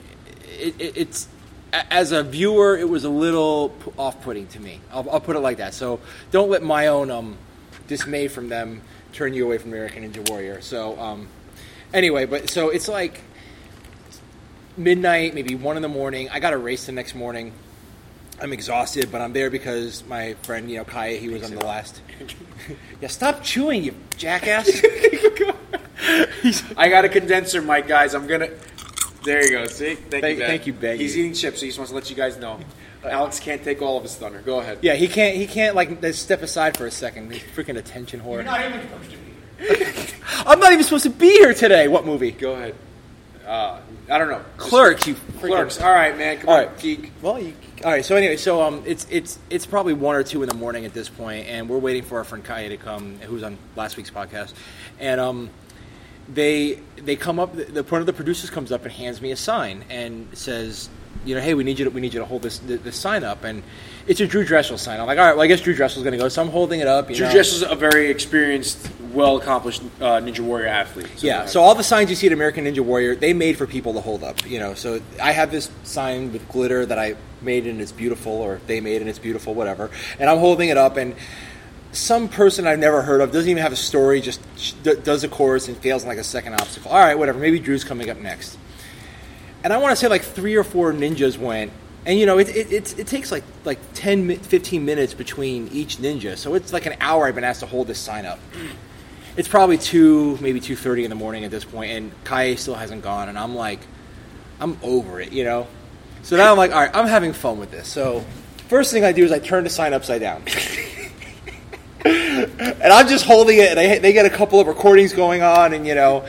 B: it, it, it's a- as a viewer, it was a little p- off-putting to me. I'll, I'll put it like that. So don't let my own um, dismay from them turn you away from American Ninja Warrior. So um, anyway, but so it's like midnight, maybe one in the morning. I got a race the next morning. I'm exhausted, but I'm there because my friend, you know, Kaya, he was on the last. yeah, stop chewing, you jackass.
A: I got a condenser mic, guys. I'm gonna. There you go. See. Thank,
B: Thank-
A: you. Ben.
B: thank you, Ben.
A: He's eating chips, so he just wants to let you guys know. Alex can't take all of his thunder. Go ahead.
B: Yeah, he can't. He can't like just step aside for a second. He's freaking attention whore. I'm not even supposed to be here today. What movie?
A: Go ahead. Uh, I don't know. Just-
B: Clerks. You freaking.
A: Clerks. All right, man. Come
B: All
A: on,
B: right.
A: geek.
B: Well, you, all right. So anyway, so um, it's it's it's probably one or two in the morning at this point, and we're waiting for our friend Kaya to come, who's on last week's podcast, and um, they they come up. The the- one of the producers comes up and hands me a sign and says, you know, hey, we need you to we need you to hold this this, this sign up, and it's a Drew Dressel sign. I'm like, all right, well, I guess Drew Dressel's going to go, so I'm holding it up. You
A: Drew
B: know.
A: Jessel's a very experienced, well accomplished uh, Ninja Warrior athlete. So
B: Yeah, so all the signs you see at American Ninja Warrior, they made for people to hold up. You know, so I have this sign with glitter that I made and it's beautiful, or they made and it's beautiful, whatever. And I'm holding it up, and some person I've never heard of doesn't even have a story, just sh- d- does a course and fails in like a second obstacle. All right, whatever. Maybe Drew's coming up next. And I want to say like three or four ninjas went. And you know it, it, it, it takes like like 10, mi- 15 minutes between each ninja, so it's like an hour I've been asked to hold this sign up it's probably two, maybe two thirty in the morning at this point, and Kai still hasn't gone, and I'm like, I'm over it, you know. So now I'm like, all right, I'm having fun with this. So first thing I do is I turn the sign upside down, and I'm just holding it, and I, they get a couple of recordings going on, and you know,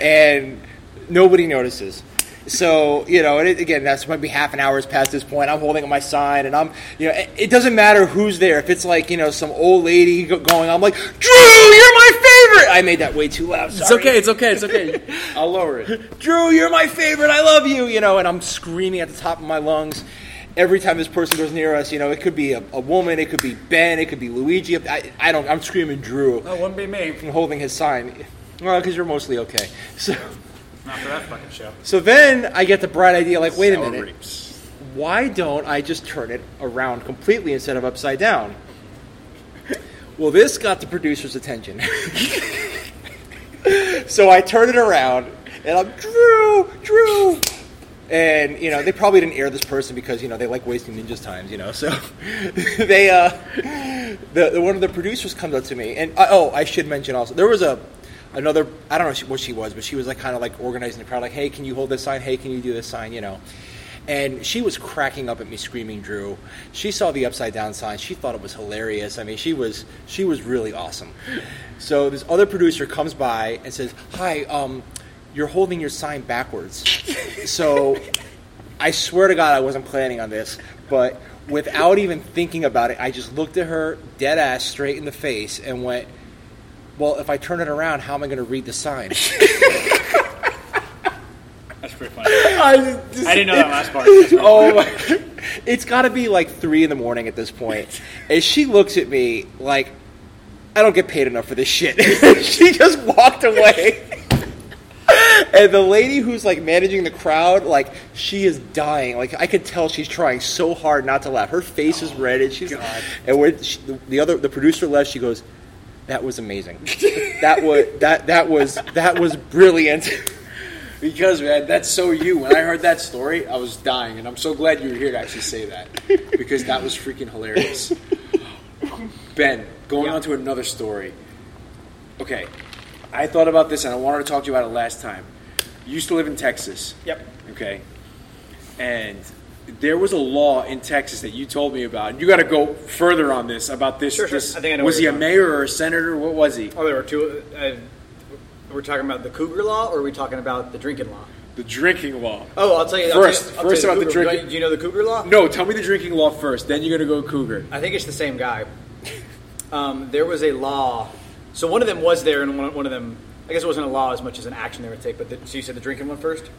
B: and nobody notices. So you know, and it, again, that's maybe half an hour's past this point. I'm holding up my sign, and I'm, you know, it, it doesn't matter who's there. If it's like you know some old lady go- going, I'm like, Drew, you're my favorite. I made that way too loud.
A: it's
B: sorry.
A: okay. It's okay. It's okay. I'll lower it.
B: Drew, you're my favorite. I love you. You know, and I'm screaming at the top of my lungs every time this person goes near us. You know, it could be a, a woman, it could be Ben, it could be Luigi. I, I don't. I'm screaming Drew
C: That wouldn't be me.
B: and holding his sign. Well, because you're mostly okay. So,
C: Not for that fucking show.
B: so then I get the bright idea. Like, wait a
A: Sour
B: minute.
A: grapes.
B: Why don't I just turn it around completely instead of upside down? Well, this got the producer's attention. so I turn it around and I'm Drew, Drew. And you know they probably didn't air this person because you know they like wasting ninjas' times, you know. So they, uh, the, the one of the producers comes up to me, and uh, oh, I should mention also there was a another I don't know what she was, but she was like kind of like organizing the crowd, like, hey, can you hold this sign? Hey, can you do this sign? You know. And she was cracking up at me, screaming, "Drew!" She saw the upside down sign. She thought it was hilarious. I mean, she was she was really awesome. So this other producer comes by and says, "Hi, um, you're holding your sign backwards." So I swear to God, I wasn't planning on this, but without even thinking about it, I just looked at her dead ass straight in the face and went, "Well, if I turn it around, how am I going to read the sign?"
E: That's pretty funny.
B: I just-
E: I didn't know that last part. That's pretty
B: Oh my! It's got to be like three in the morning at this point, and she looks at me like, "I don't get paid enough for this shit." she just walked away, and the lady who's like managing the crowd, like she is dying. Like I could tell she's trying so hard not to laugh. Her face is red, and she's and when she, the other the producer left, she goes, "That was amazing. that was that that was that was brilliant."
A: Because man, that's so you. When I heard that story, I was dying, and I'm so glad you were here to actually say that because that was freaking hilarious. Ben, going on to another story. Okay, I thought about this, and I wanted to talk to you about it last time. You used to live in Texas.
C: Yep.
A: Okay, and there was a law in Texas that you told me about. and You got to go further on this about this.
C: Sure, sure.
A: this-
C: I think I know
A: was
C: where
A: he a
C: you're going.
A: mayor or a senator? What was he?
C: Oh, there were two. Uh, we're talking about the cougar law, or are we talking about the drinking law?
A: The drinking law.
C: Oh, I'll tell you. I'll
A: First-
C: tell you- I'll
A: first
C: tell you
A: about the
C: cougar.
A: drinking-
C: Do you- Do you know the cougar law?
A: No, tell me the drinking law first. Then you're gonna go cougar.
C: I think it's the same guy. Um, there was a law. So one of them was there, and one, one of them, I guess it wasn't a law as much as an action they would take. But the, so you said the drinking one first.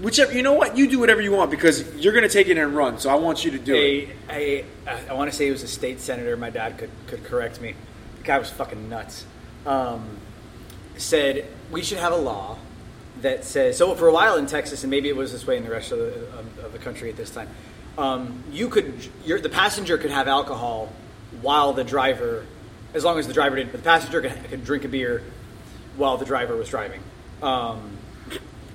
A: Whichever you know what you do whatever you want because you're gonna take it and run. So I want you to do it.
C: A, a, I, I want to say he was a state senator. My dad could, could correct me. The guy was fucking nuts. Um, said we should have a law that says so. For a while in Texas, and maybe it was this way in the rest of the, of, of the country at this time, um, you could your, the passenger could have alcohol while the driver, as long as the driver didn't. But the passenger could, could drink a beer while the driver was driving. Um,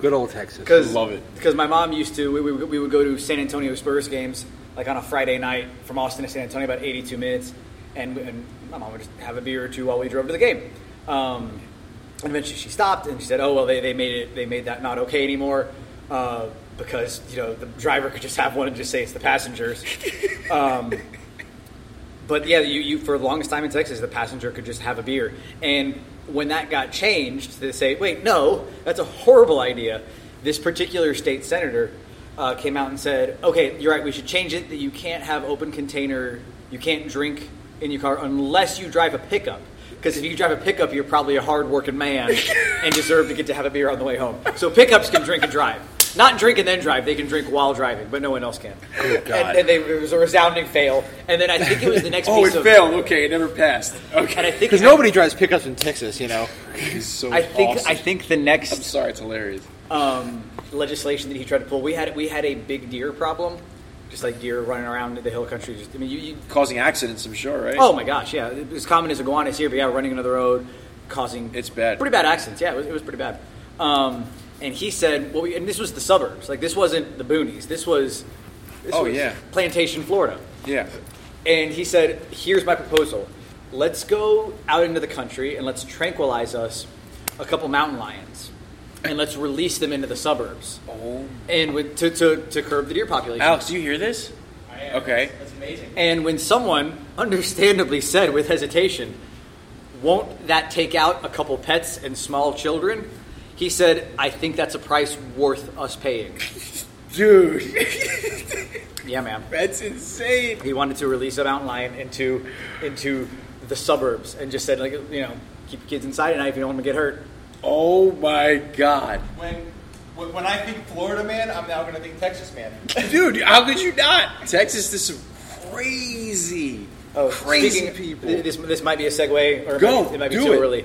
B: Good old Texas.
C: because
A: Love it.
C: Because my mom used to, we, we, we would go to San Antonio Spurs games like on a Friday night from Austin to San Antonio, about 82 minutes, and, and my mom would just have a beer or two while we drove to the game. Um, and eventually she stopped and she said, "Oh well, they, they made it, they made that not okay anymore." Uh, because you know the driver could just have one and just say it's the passengers, but yeah, you, you for the longest time in Texas, the passenger could just have a beer. And when that got changed, they say, wait, no, that's a horrible idea. This particular state senator uh, came out and said, okay, you're right, we should change it that you can't have open container, you can't drink in your car unless you drive a pickup. Because if you drive a pickup, you're probably a hard working man and deserve to get to have a beer on the way home. So pickups can drink and drive. Not drink and then drive. They can drink while driving, but no one else can.
A: Oh,
B: God.
C: And, and they, it was a resounding fail. And then I think it was the next
A: Oh, it
C: piece of.
A: failed. Okay, it never passed.
C: And I
A: Okay.
C: think
B: Because nobody drives pickups in Texas, you know.
A: It's so
C: I think
A: awesome.
C: I think the
A: I'm
C: next
A: sorry, it's hilarious.
C: um, legislation that he tried to pull, we had we had a big deer problem, just like deer running around the hill country. Just, I mean, you, you
A: Causing accidents, I'm sure, right?
C: Oh my gosh, yeah. As common as iguanas here, but yeah, running into the road, causing
A: It's bad.
C: pretty bad accidents. Yeah, it was, it was pretty bad. Um, and he said, well, we, and this was the suburbs. Like this wasn't the boonies. This was, this
A: Oh,
C: was
A: yeah.
C: Plantation, Florida.
A: Yeah.
C: And he said, here's my proposal. Let's go out into the country and let's tranquilize us a couple mountain lions, and let's release them into the suburbs,
A: Oh.
C: and with, to, to to curb the deer population.
A: Alex, do you hear this? Okay.
C: And when someone, understandably said with hesitation, won't that take out a couple pets and small children? He said, I think that's a price worth us paying.
A: Dude,
C: Yeah, ma'am.
A: that's insane.
C: He wanted to release a mountain lion into into the suburbs and just said, like, you know, keep your kids inside at night if you don't want them to get hurt.
A: Oh my god.
F: When, when when I think Florida man, I'm now going to think Texas man.
A: Dude, how could you not? Texas, this is crazy. crazy
C: Oh, speaking-
A: people.
C: This, this might be a segue, or it
A: Go,
C: might- it might be
A: do
C: too
A: it.
C: early.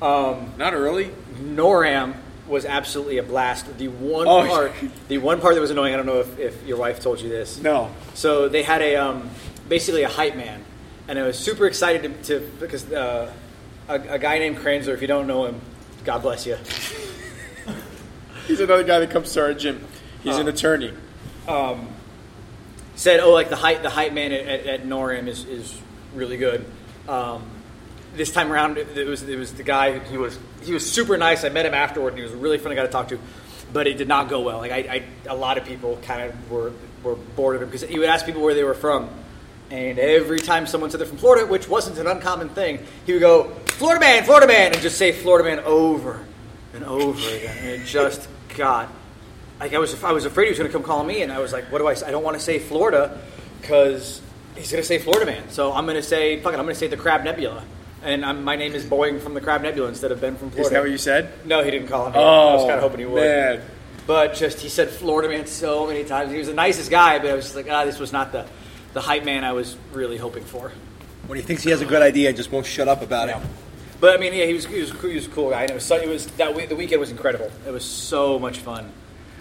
A: not early?
C: NORAM was absolutely a blast. The one
A: Oh.
C: part, the one part that was annoying. I don't know if, if your wife told you this.
A: No.
C: So they had a um, basically a hype man, and I was super excited to, to because uh, a, a guy named Kranzer, if you don't know him, God bless you.
A: He's another guy that comes to our gym. He's an attorney.
C: said, "Oh, like the hype, the hype man at, at, at Norim is, is really good." Um, this time around, it, it was it was the guy. He was he was super nice. I met him afterward, and he was a really fun guy to talk to. But it did not go well. Like I, I a lot of people kind of were were bored of him because he would ask people where they were from, and every time someone said they're from Florida, which wasn't an uncommon thing, he would go Florida man, Florida man, and just say Florida man over and over again, and it just got like I was, I was afraid he was going to come call me, and I was like, "What do I? Say? I don't want to say Florida, because he's going to say Florida man." So I'm going to say, "Fuck it," I'm going to say the Crab Nebula, and I'm, my name is Boeing from the Crab Nebula instead of Ben from Florida.
A: Is that what you said? Oh,
C: no, he didn't call me. I was kind of hoping he would.
A: Man.
C: But just he said Florida man so many times. He was the nicest guy, but I was just like, ah, this was not the, the hype man I was really hoping for.
B: When he thinks he has a good idea, just won't shut up about it.
C: But I mean, yeah, he was he was, he was a cool guy. And it was so, it was that we, the weekend was incredible. It was so much fun.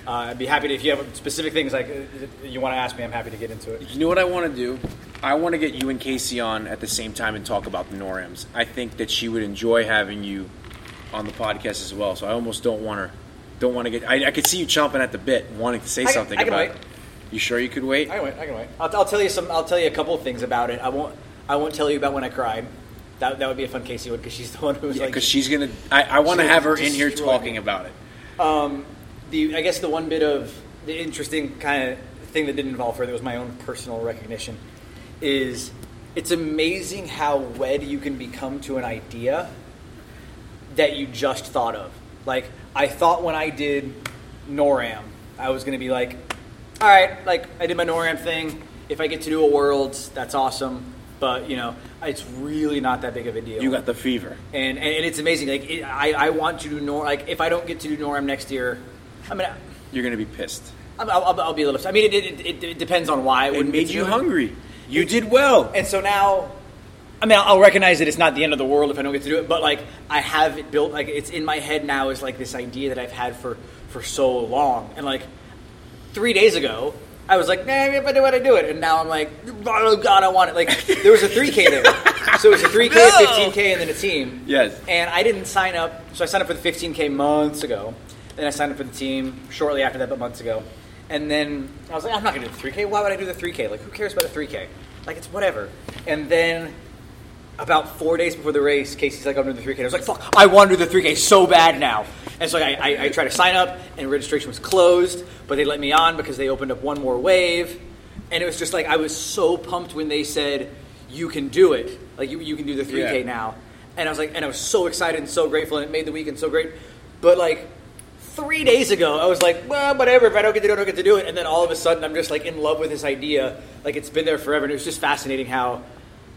C: Uh, I'd be happy to, if you have specific things like uh, you want to ask me. I'm happy to get into it.
A: You know what I want to do? I want to get you and Casey on at the same time and talk about the NORAMs. I think that she would enjoy having you on the podcast as well. So I almost don't want her. Don't want to get. I, I could see you chomping at the bit, wanting to say
C: I can-
A: something
C: I can
A: about
C: wait.
A: it. You sure you could wait?
C: I can wait. I can wait. I'll, I'll tell you some. I'll tell you a couple of things about it. I won't. I won't tell you about when I cried. That, that would be a fun Casey one because she's the one who was
A: Yeah,
C: like
A: because she's gonna. I, I want to
C: She'll
A: have her in here
C: destroy
A: talking
C: me.
A: about it.
C: the I guess the one bit of the interesting kind of thing that didn't involve her that was my own personal recognition is it's amazing how wed you can become to an idea that you just thought of. Like I thought when I did NORAM, I was going to be like, all right, like I did my NORAM thing. If I get to do a Worlds, that's awesome. But you know, it's really not that big of a deal
A: You got the fever.
C: and and, and it's amazing. Like it, I, I want to do Nor. Like if I don't get to do Norm next year, I mean,
A: You're gonna be pissed.
C: I, I'll, I'll, I'll be a little. I mean, it, it, it, it depends on why. I
A: It
C: wouldn't
A: made
C: get to
A: you
C: do it.
A: hungry. You did well.
C: And so now, I mean, I'll, I'll recognize that it's not the end of the world if I don't get to do it. But like, I have it built. Like it's in my head now. Is like this idea that I've had for for so long. And like three days ago. I was like, nah, if I do it, I do it. And now I'm like, oh, God, I want it. Like, there was a 3K there. So it was a 3K,
A: No.
C: 15K, and then a team.
A: Yes.
C: And I didn't sign up, so I signed up for the 15K months ago. Then I signed up for the team shortly after that, but months ago. And then I was like, I'm not going to do the 3K. Why would I do the 3K? Like, who cares about the 3K? Like, it's whatever. And then about four days before the race, Casey's like, I'm doing the 3K. I was like, fuck, I want to do the 3K so bad now. And so I, I, I tried to sign up, and registration was closed, but they let me on because they opened up one more wave. And it was just like, I was so pumped when they said, you can do it. Like, you, you can do the 3K
A: Yeah.
C: now. And I was like, and I was so excited and so grateful, and it made the weekend so great. But like, three days ago, I was like, well, whatever. If I don't get to do it, I don't get to do it. And then all of a sudden, I'm just like in love with this idea. Like it's been there forever, and it was just fascinating how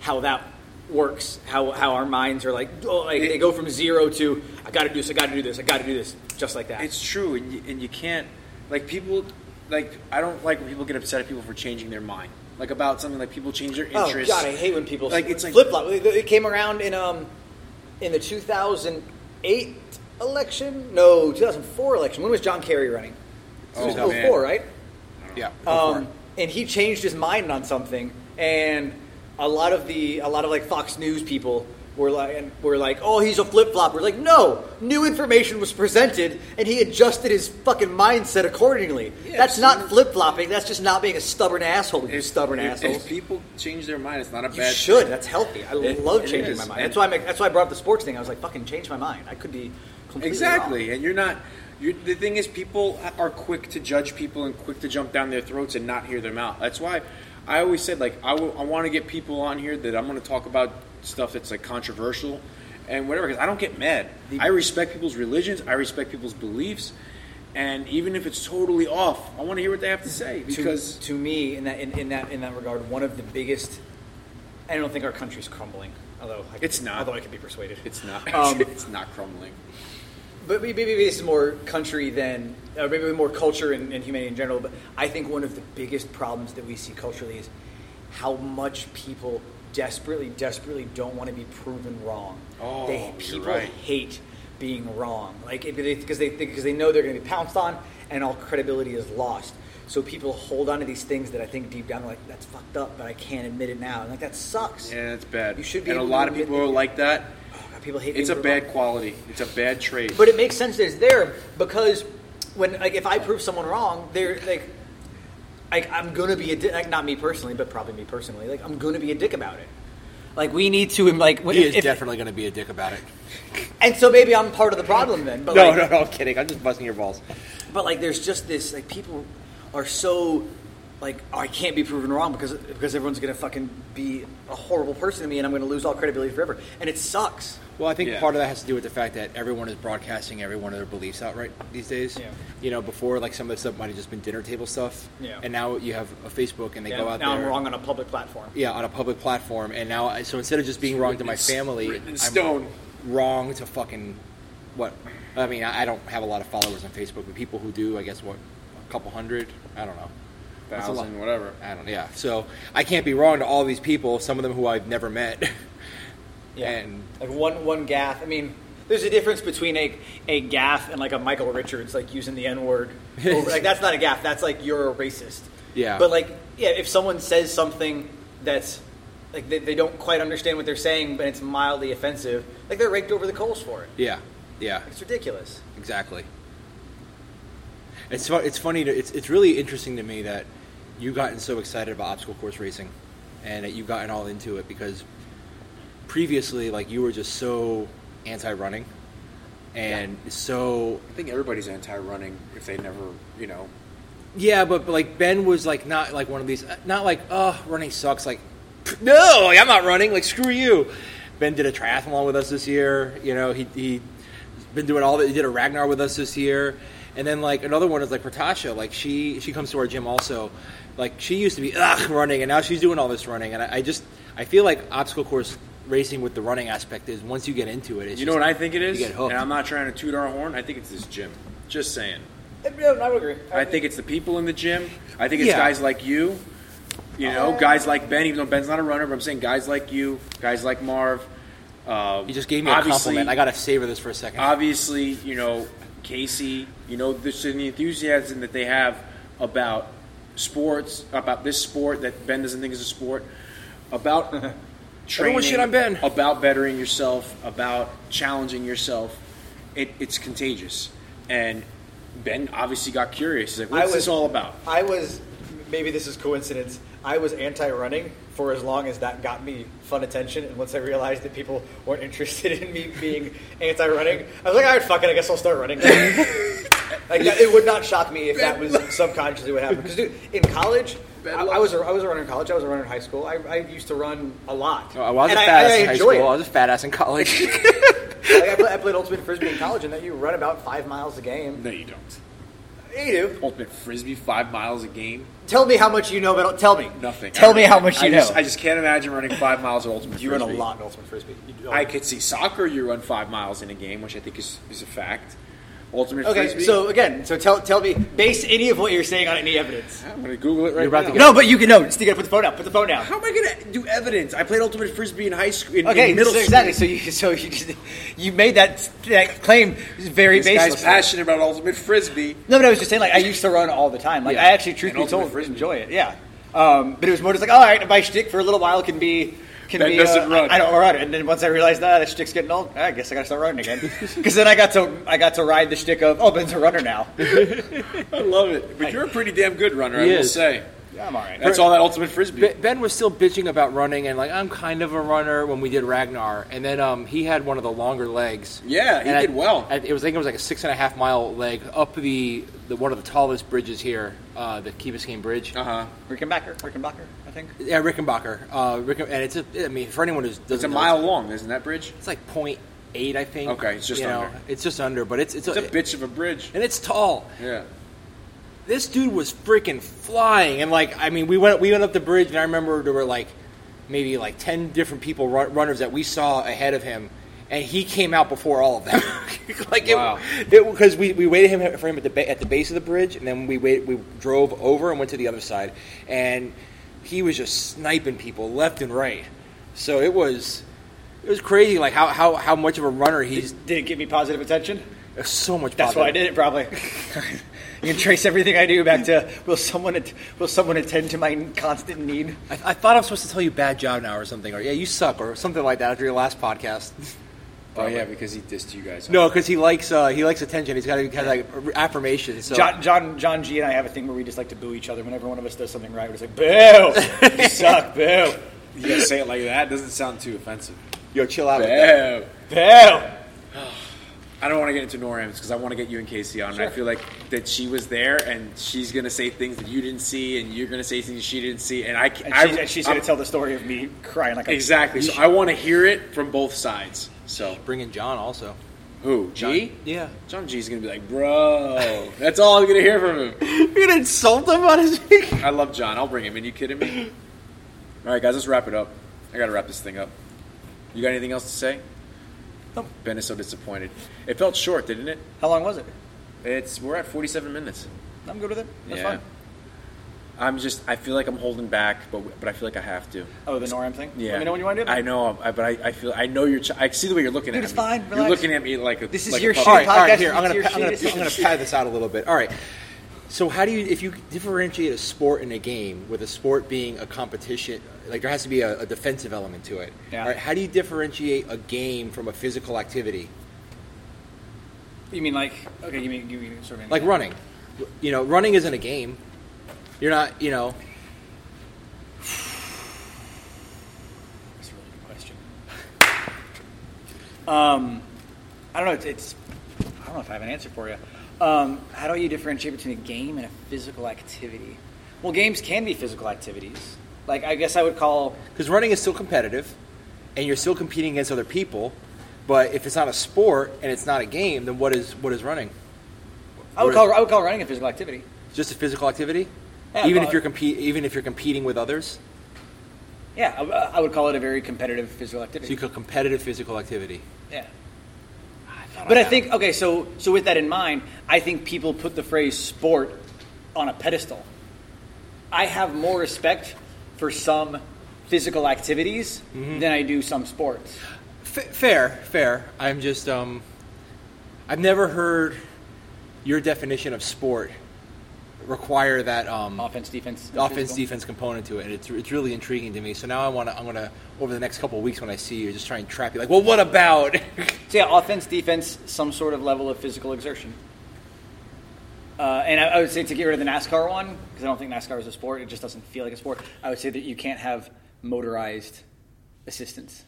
C: how that works. How how our minds are like, oh, like they go from zero to I got to do this, I got to do this, I got to do this, just like that.
A: It's true, and you, and you can't. like people like I don't like when people get upset at people for changing their mind. Like about something like people change their
C: Oh
A: interests.
C: God, I hate when people
A: Like, it's like-
C: flip flop. It came around in um in the 2008 election. No, 2004 election. When was John Kerry running?
A: Oh,
C: It was
A: man.
C: 04, right?
G: Yeah.
C: Um, and he changed his mind on something, and a lot of the a lot of like Fox News people were like and were like, "Oh, he's a flip flopper." Like, no, new information was presented, and he adjusted his fucking mindset accordingly. that's not flip flopping. That's just not being a stubborn asshole. You stubborn
A: if,
C: assholes.
A: If people change their mind, it's not a
C: You
A: bad.
C: should. That's healthy. I
A: It-
C: love
A: it
C: changing
A: is.
C: my mind. That's why I make, that's why I brought up the sports thing. I was like, fucking change my mind. I could be completely
A: Exactly,
C: wrong.
A: and you're not. You're, the thing is, people are quick to judge people and quick to jump down their throats and not hear them out. That's why I always said, like, I want to get people on here that I'm going to talk about stuff that's like controversial and whatever. Because I don't get mad. I respect people's religions. I respect people's beliefs. And even if it's totally off, I want to hear what they have to say because
C: to, to me in that in, in that in that regard, one of the biggest. I don't think our country's crumbling, although I could,
A: It's not.
C: Although I could be persuaded.
A: it's not
C: Um,
A: it's not crumbling.
C: but maybe maybe this is more country than, or maybe more culture and, and humanity in general. But I think one of the biggest problems that we see culturally is how much people desperately, desperately don't want to be proven wrong.
A: Oh,
C: they,
A: you're
C: people
A: right.
C: hate being wrong, like because they because they know they're going to be pounced on, and all credibility is lost. So people hold on to these things that I think deep down, like that's fucked up, but I can't admit it now, and like that sucks.
A: And it's bad.
C: You should be
A: And a
C: able
A: lot
C: to
A: of
C: admit
A: people
C: that
A: are
C: you-
A: like that.
C: Oh, God, people hate.
A: It's a
C: being
A: bad
C: wrong.
A: quality. It's a bad trait.
C: But it makes sense that it's there because when like if I prove someone wrong, they're like, like I'm gonna be a dick. Like not me personally, but probably me personally. Like I'm gonna be a dick about it. Like we need to like when-
G: He is
C: if-
G: definitely going to be a dick about it.
C: and so maybe I'm part of the problem then. But
G: No,
C: like,
G: no, no, I'm kidding. I'm just busting your balls.
C: But like, there's just this like people are so like oh, I can't be proven wrong because because everyone's gonna fucking be a horrible person to me and I'm gonna lose all credibility forever and it sucks.
G: Well, I think
A: Yeah.
G: part of that has to do with the fact that everyone is broadcasting every one of their beliefs out right these days.
H: Yeah.
G: You know, before like some of the stuff might have just been dinner table stuff.
H: Yeah.
G: And now you have a Facebook, and they go out
C: now
G: there.
C: I'm wrong on a public platform.
G: Yeah, on a public platform, and now I, so instead of just being wrong to my
A: It's
G: family,
A: written in
G: I'm
A: stone.
G: wrong to fucking what? I mean, I I don't have a lot of followers on Facebook, but people who do, I guess, what a couple hundred? I don't know. That's a lot.
A: Thousand, whatever.
G: I don't. Yeah. So I can't be wrong to all these people. Some of them who I've never met.
C: Yeah.
G: And-
C: like one one gaff. I mean, there's a difference between a a gaff and like a Michael Richards like using the N word. like that's not a gaff. That's like you're a racist.
G: Yeah.
C: But like yeah, if someone says something that's like they, they don't quite understand what they're saying, but it's mildly offensive, like they're raked over the coals for it.
G: yeah. Yeah.
C: It's ridiculous.
G: Exactly. It's fu- it's funny. To, it's it's really interesting to me that you gotten so excited about obstacle course racing, and that you gotten all into it because previously, like you were just so anti-running, and so
A: I think everybody's anti-running if they never, you know,
G: yeah. But, but like Ben was like not like one of these. Not like oh running sucks. Like no, I'm not running. Like screw you. Ben did a triathlon with us this year. You know he he been doing all that. He did a Ragnar with us this year, and then like another one is like Ratasha. Like she she comes to our gym also. Like she used to be ugh running, and now she's doing all this running. And I, I just I feel like obstacle course racing with the running aspect is once you get into it, it's
A: you know
G: just-
A: what I think it is,
G: You get hooked.
A: and I'm not trying to toot our horn. I think it's this gym. Just saying.
C: No, I would agree.
A: I think it's the people in the gym. I think it's
G: Yeah.
A: guys like you. You know,
C: Oh.
A: guys like Ben. Even though Ben's not a runner, but I'm saying guys like you, guys like Marv. Uh,
G: you just gave me a
A: obviously-
G: compliment. I gotta savor this for a second.
A: obviously, you know, Casey, you know, this the enthusiasm that they have about sports, about this sport that Ben doesn't think is a sport, about training,
G: Everyone shit on Ben.
A: about bettering yourself, about challenging yourself. It, it's contagious, and Ben obviously got curious. He's like,
C: I
A: "What's
C: was-
A: this all about?"
C: I was maybe this is coincidence. I was anti-running for as long as that got me fun attention, and once I realized that people weren't interested in me being anti-running, I was like, "All right, fuck it. I guess I'll start running." like that, it would not shock me if that was subconsciously what happened. Because dude, in college, I, I was a, I was a runner in college. I was a runner in high school. I, I used to run a lot.
G: Oh, I was
C: and
G: a
C: I-
G: fat ass
C: I
G: in high
C: enjoy
G: school.
C: it.
G: I was a fat ass in college.
C: Like, I, play, I played ultimate frisbee in college, and that you run about five miles a game.
A: No, you don't.
C: Yeah, you do.
A: Ultimate frisbee, five miles a game.
C: Tell me how much you know, but tell me.
A: Nothing.
C: Tell me how much
A: I
C: you
A: just-
C: know.
A: I just can't imagine running five miles of ultimate.
C: You run a
A: Frisbee.
C: lot in ultimate frisbee. You do a
A: I
C: lot.
A: could see soccer. You run five miles in a game, which I think is, is a fact. Ultimate
C: Okay,
A: frisbee.
C: so again, so tell tell me, base any of what you're saying on any evidence.
A: I'm gonna Google it right
G: You're about
A: now.
G: to get-
C: No, but you can no. Just you gotta put the phone out. Put the phone out.
A: How am I gonna do evidence? I played ultimate frisbee in high school. In,
C: Okay,
A: in middle
C: so
A: school.
C: exactly. So you so you just, you made that that claim very
A: This guy's
C: baseless.
A: passionate about ultimate frisbee.
C: No, but I was just saying, like I used to run all the time. Like I
G: Yeah.
C: actually, truth
A: And
C: be
A: ultimate
C: told,
A: frisbee.
C: enjoy it. Yeah, um, but it was more just like, all right, my shtick for a little while can be can
A: That
C: be.
A: doesn't
C: uh,
A: run.
C: I, I don't run it, and then once I realized that that shtick's getting old, I guess I gotta start running again. Because then I got to I got to ride the shtick of oh, Ben's a runner now.
A: I love it. But you're a pretty damn good runner, I
G: He
A: will
G: is.
A: say.
C: Yeah, I'm all right.
A: That's all that ultimate frisbee.
G: Be- Ben was still bitching about running and like I'm kind of a runner when we did Ragnar, and then um, he had one of the longer legs.
A: Yeah, he
G: And I-
A: did well.
G: I, it was I think it was like a six and a half mile leg up the, the one of the tallest bridges here, uh, the Key Biscayne Bridge.
A: Uh huh.
C: Rickenbacker, Rickenbacker, I think.
G: Yeah, Rickenbacker. Uh, Rick, and it's a, I mean for anyone who's doesn't
A: It's a
G: know,
A: mile long, isn't that bridge?
G: It's like 0.8, I think.
A: Okay, it's just
G: you know,
A: under.
G: it's just under, but it's it's,
A: It's a bitch of a bridge.
G: and it's tall.
A: Yeah.
G: This dude was freaking flying, and like I mean, we went we went up the bridge, and I remember there were like maybe like ten different people run, runners that we saw ahead of him, and he came out before all of them. like
A: Wow.
G: it, it because we, we waited him for him at the ba- at the base of the bridge, and then we wait we drove over and went to the other side, and he was just sniping people left and right. So it was. It was crazy, like how, how, how much of a runner he's
C: Did it give me positive attention?
G: so much.
C: That's why I
G: positive-
C: did it, probably. you can trace everything I do back to will someone at- will someone attend to my constant need?
G: I, I thought I was supposed to tell you bad job now or something, or yeah, you suck or something like that after your last podcast.
A: Oh yeah, because he dissed you guys.
G: No, because he likes uh, he likes attention. He's got to have like affirmation. So
C: John, John, John G and I have a thing where we just like to boo each other whenever one of us does something right. We're just like, boo, you suck, boo,
A: You gotta say it like that. Doesn't sound too offensive.
G: yo, chill out. With that.
A: Boo.
C: boo.
A: I don't want to get into NORAMs because I want to get you and Casey on. And I feel like that she was there and she's going to say things that you didn't see and you're going to say things she didn't see. And I,
C: And,
A: I
C: she's, and she's gonna
A: I'm-
C: tell the story of me crying like a
A: Exactly. So I want to hear it from both sides. So
G: Bring in John also.
A: who? G?
G: Yeah,
A: John G's going to be like, bro. That's all I'm going to hear from him.
G: you're gonna insult him on his.
A: I love John. I'll bring him in. You kidding me? All right, guys, let's wrap it up. I got to wrap this thing up. You got anything else to say?
C: Nope.
A: Ben is so disappointed. It felt short, didn't it?
C: How long was it?
A: It's we're at 47 minutes.
C: I'm good with it. That's
A: Yeah.
C: fine.
A: I'm just. I feel like I'm holding back, but but I feel like I have to.
C: Oh, the Noram thing.
A: Yeah.
C: Let me know when you want to do it.
A: I know, I, but I, I feel. I know you're. Ch- I see the way you're looking
C: Dude,
A: at
C: it's
A: me.
C: fine,
A: You're
C: relax.
A: looking at me like a,
C: This is
A: like a
C: your
A: puppy.
C: shit,
G: All right, all
C: Podcast
G: right. Here, I'm
C: is
G: gonna,
C: your
G: pa- I'm, gonna,
C: shit.
G: I'm gonna pad this out a little bit. All right. So how do you, if you differentiate a sport in a game with a sport being a competition, like there has to be a, a defensive element to it.
C: Yeah.
G: All right. How do you differentiate a game from a physical activity?
C: You mean like okay? Give me, give me sort of an
G: like
C: example.
G: running. You know, running isn't a game. You're not, you know,
C: That's a really good question. Um, I don't know. It's, it's I don't know if I have an answer for you. Um, how do you differentiate between a game and a physical activity? Well, games can be physical activities. Like I guess I would call
G: because running is still competitive, and you're still competing against other people. But if it's not a sport and it's not a game, then what is what is running?
C: I would call I would call running a physical activity.
G: Just a physical activity,
C: Yeah,
G: even
C: but-
G: if you're compete, even if you're competing with others.
C: Yeah, I, I would call it a very competitive physical
G: So you
C: activity.
G: call competitive physical activity.
C: Yeah. But I think okay, so so with that in mind, I think people put the phrase sport on a pedestal. I have more respect for some physical activities
A: Mm-hmm.
C: than I do some sports.
G: F- fair, fair. I'm just, um, I've never heard your definition of sport require that um,
C: Offense, defense, and
G: offense
C: physical.
G: defense component to it, and it's, it's really intriguing to me. So now I want to I'm gonna over the next couple of weeks when I see you, just try and trap you like, well, what about?
C: So yeah, offense, defense, some sort of level of physical exertion. Uh, and I, I would say to get rid of the NASCAR one because I don't think NASCAR is a sport; it just doesn't feel like a sport. I would say that you can't have motorized assistance.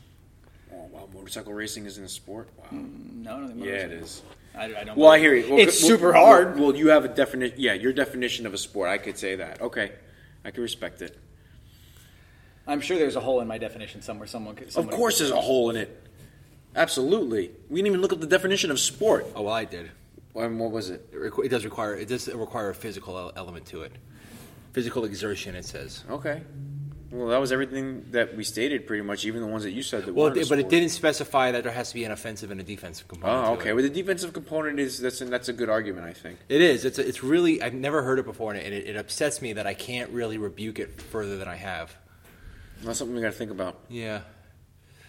A: Oh, wow, motorcycle racing isn't a sport. Wow.
C: No, I don't think
A: yeah,
C: motorized-
A: it is.
C: I, I don't
A: Well, I hear you. Well,
C: Mm. it's
A: well,
C: super
A: well,
C: hard.
A: Well, you have a definition. Yeah, your definition of a sport. I could say that. Okay, I can respect it.
C: I'm sure there's a hole in my definition somewhere. Someone could.
A: Of
C: Someone
A: course, there's a hole in it. Absolutely. We didn't even look up the definition of sport.
G: oh well, I did.
A: Um, what was it?
G: It, requ- it does require it does require a physical el- element to it, physical exertion. It says
A: Okay. Well, that was everything that we stated, pretty much. Even the ones that you said that
G: Well,
A: weren't
G: it,
A: a
G: but it
A: score.
G: didn't specify that there has to be an offensive and a defensive component.
A: Oh,
G: to
A: okay.
G: it.
A: Well, the defensive component is that's a, that's a good argument, I think.
G: It is. It's it's really. I've never heard it before, and it, it upsets me that I can't really rebuke it further than I have.
A: That's something we got to think about.
G: Yeah.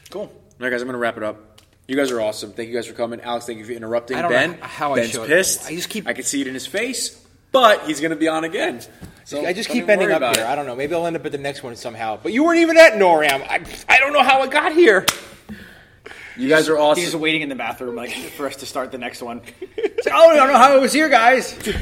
A: Cool. All right, guys, I'm going to wrap it up. You guys are awesome. Thank you guys for coming. Alex, thank you for interrupting.
G: I don't
A: ben,
G: know how I
A: Ben's
G: show it.
A: pissed.
G: I just keep-
A: I can see it in his face, but he's going to be on again. So
G: I just
A: don't
G: keep
A: even
G: ending
A: worry
G: up
A: about
G: here.
A: it.
G: I don't know. Maybe I'll end up at the next one somehow. But you weren't even at NORAM. I, I don't know how I got here.
A: You guys are
C: He's
A: awesome.
C: waiting in the bathroom, like for us to start the next one. It's like, oh, I don't know how it was here, guys.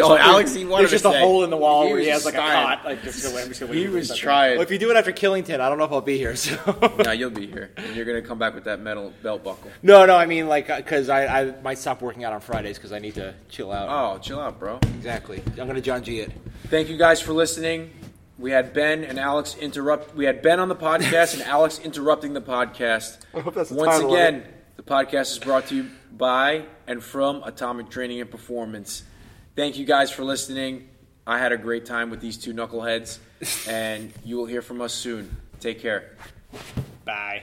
A: Oh, Alex, he wanted
C: There's just
A: to
C: a
A: say-
C: hole in the wall
A: He
C: where he
A: was
C: has like a
A: trying.
C: cot. Like just gonna wait- I'm just gonna wait
A: He
C: for him
A: was
C: to-
A: trying.
G: Well, if you do it after Killington, I don't know if I'll be here. So
A: no, you'll be here, and you're going to come back with that metal belt buckle.
G: no, no. I mean, like, because I, I might stop working out on Fridays because I need to chill out.
A: Oh, chill out, bro.
G: Exactly. I'm gonna John G it.
A: Thank you guys for listening. We had Ben and Alex interrupt. We had Ben on the podcast and Alex interrupting the podcast. I hope that's
I: the
A: once
I: title of
A: again. The podcast is brought to you by and from Atomic Training and Performance. Thank you guys for listening. I had a great time with these two knuckleheads, and you will hear from us soon. Take care.
J: Bye.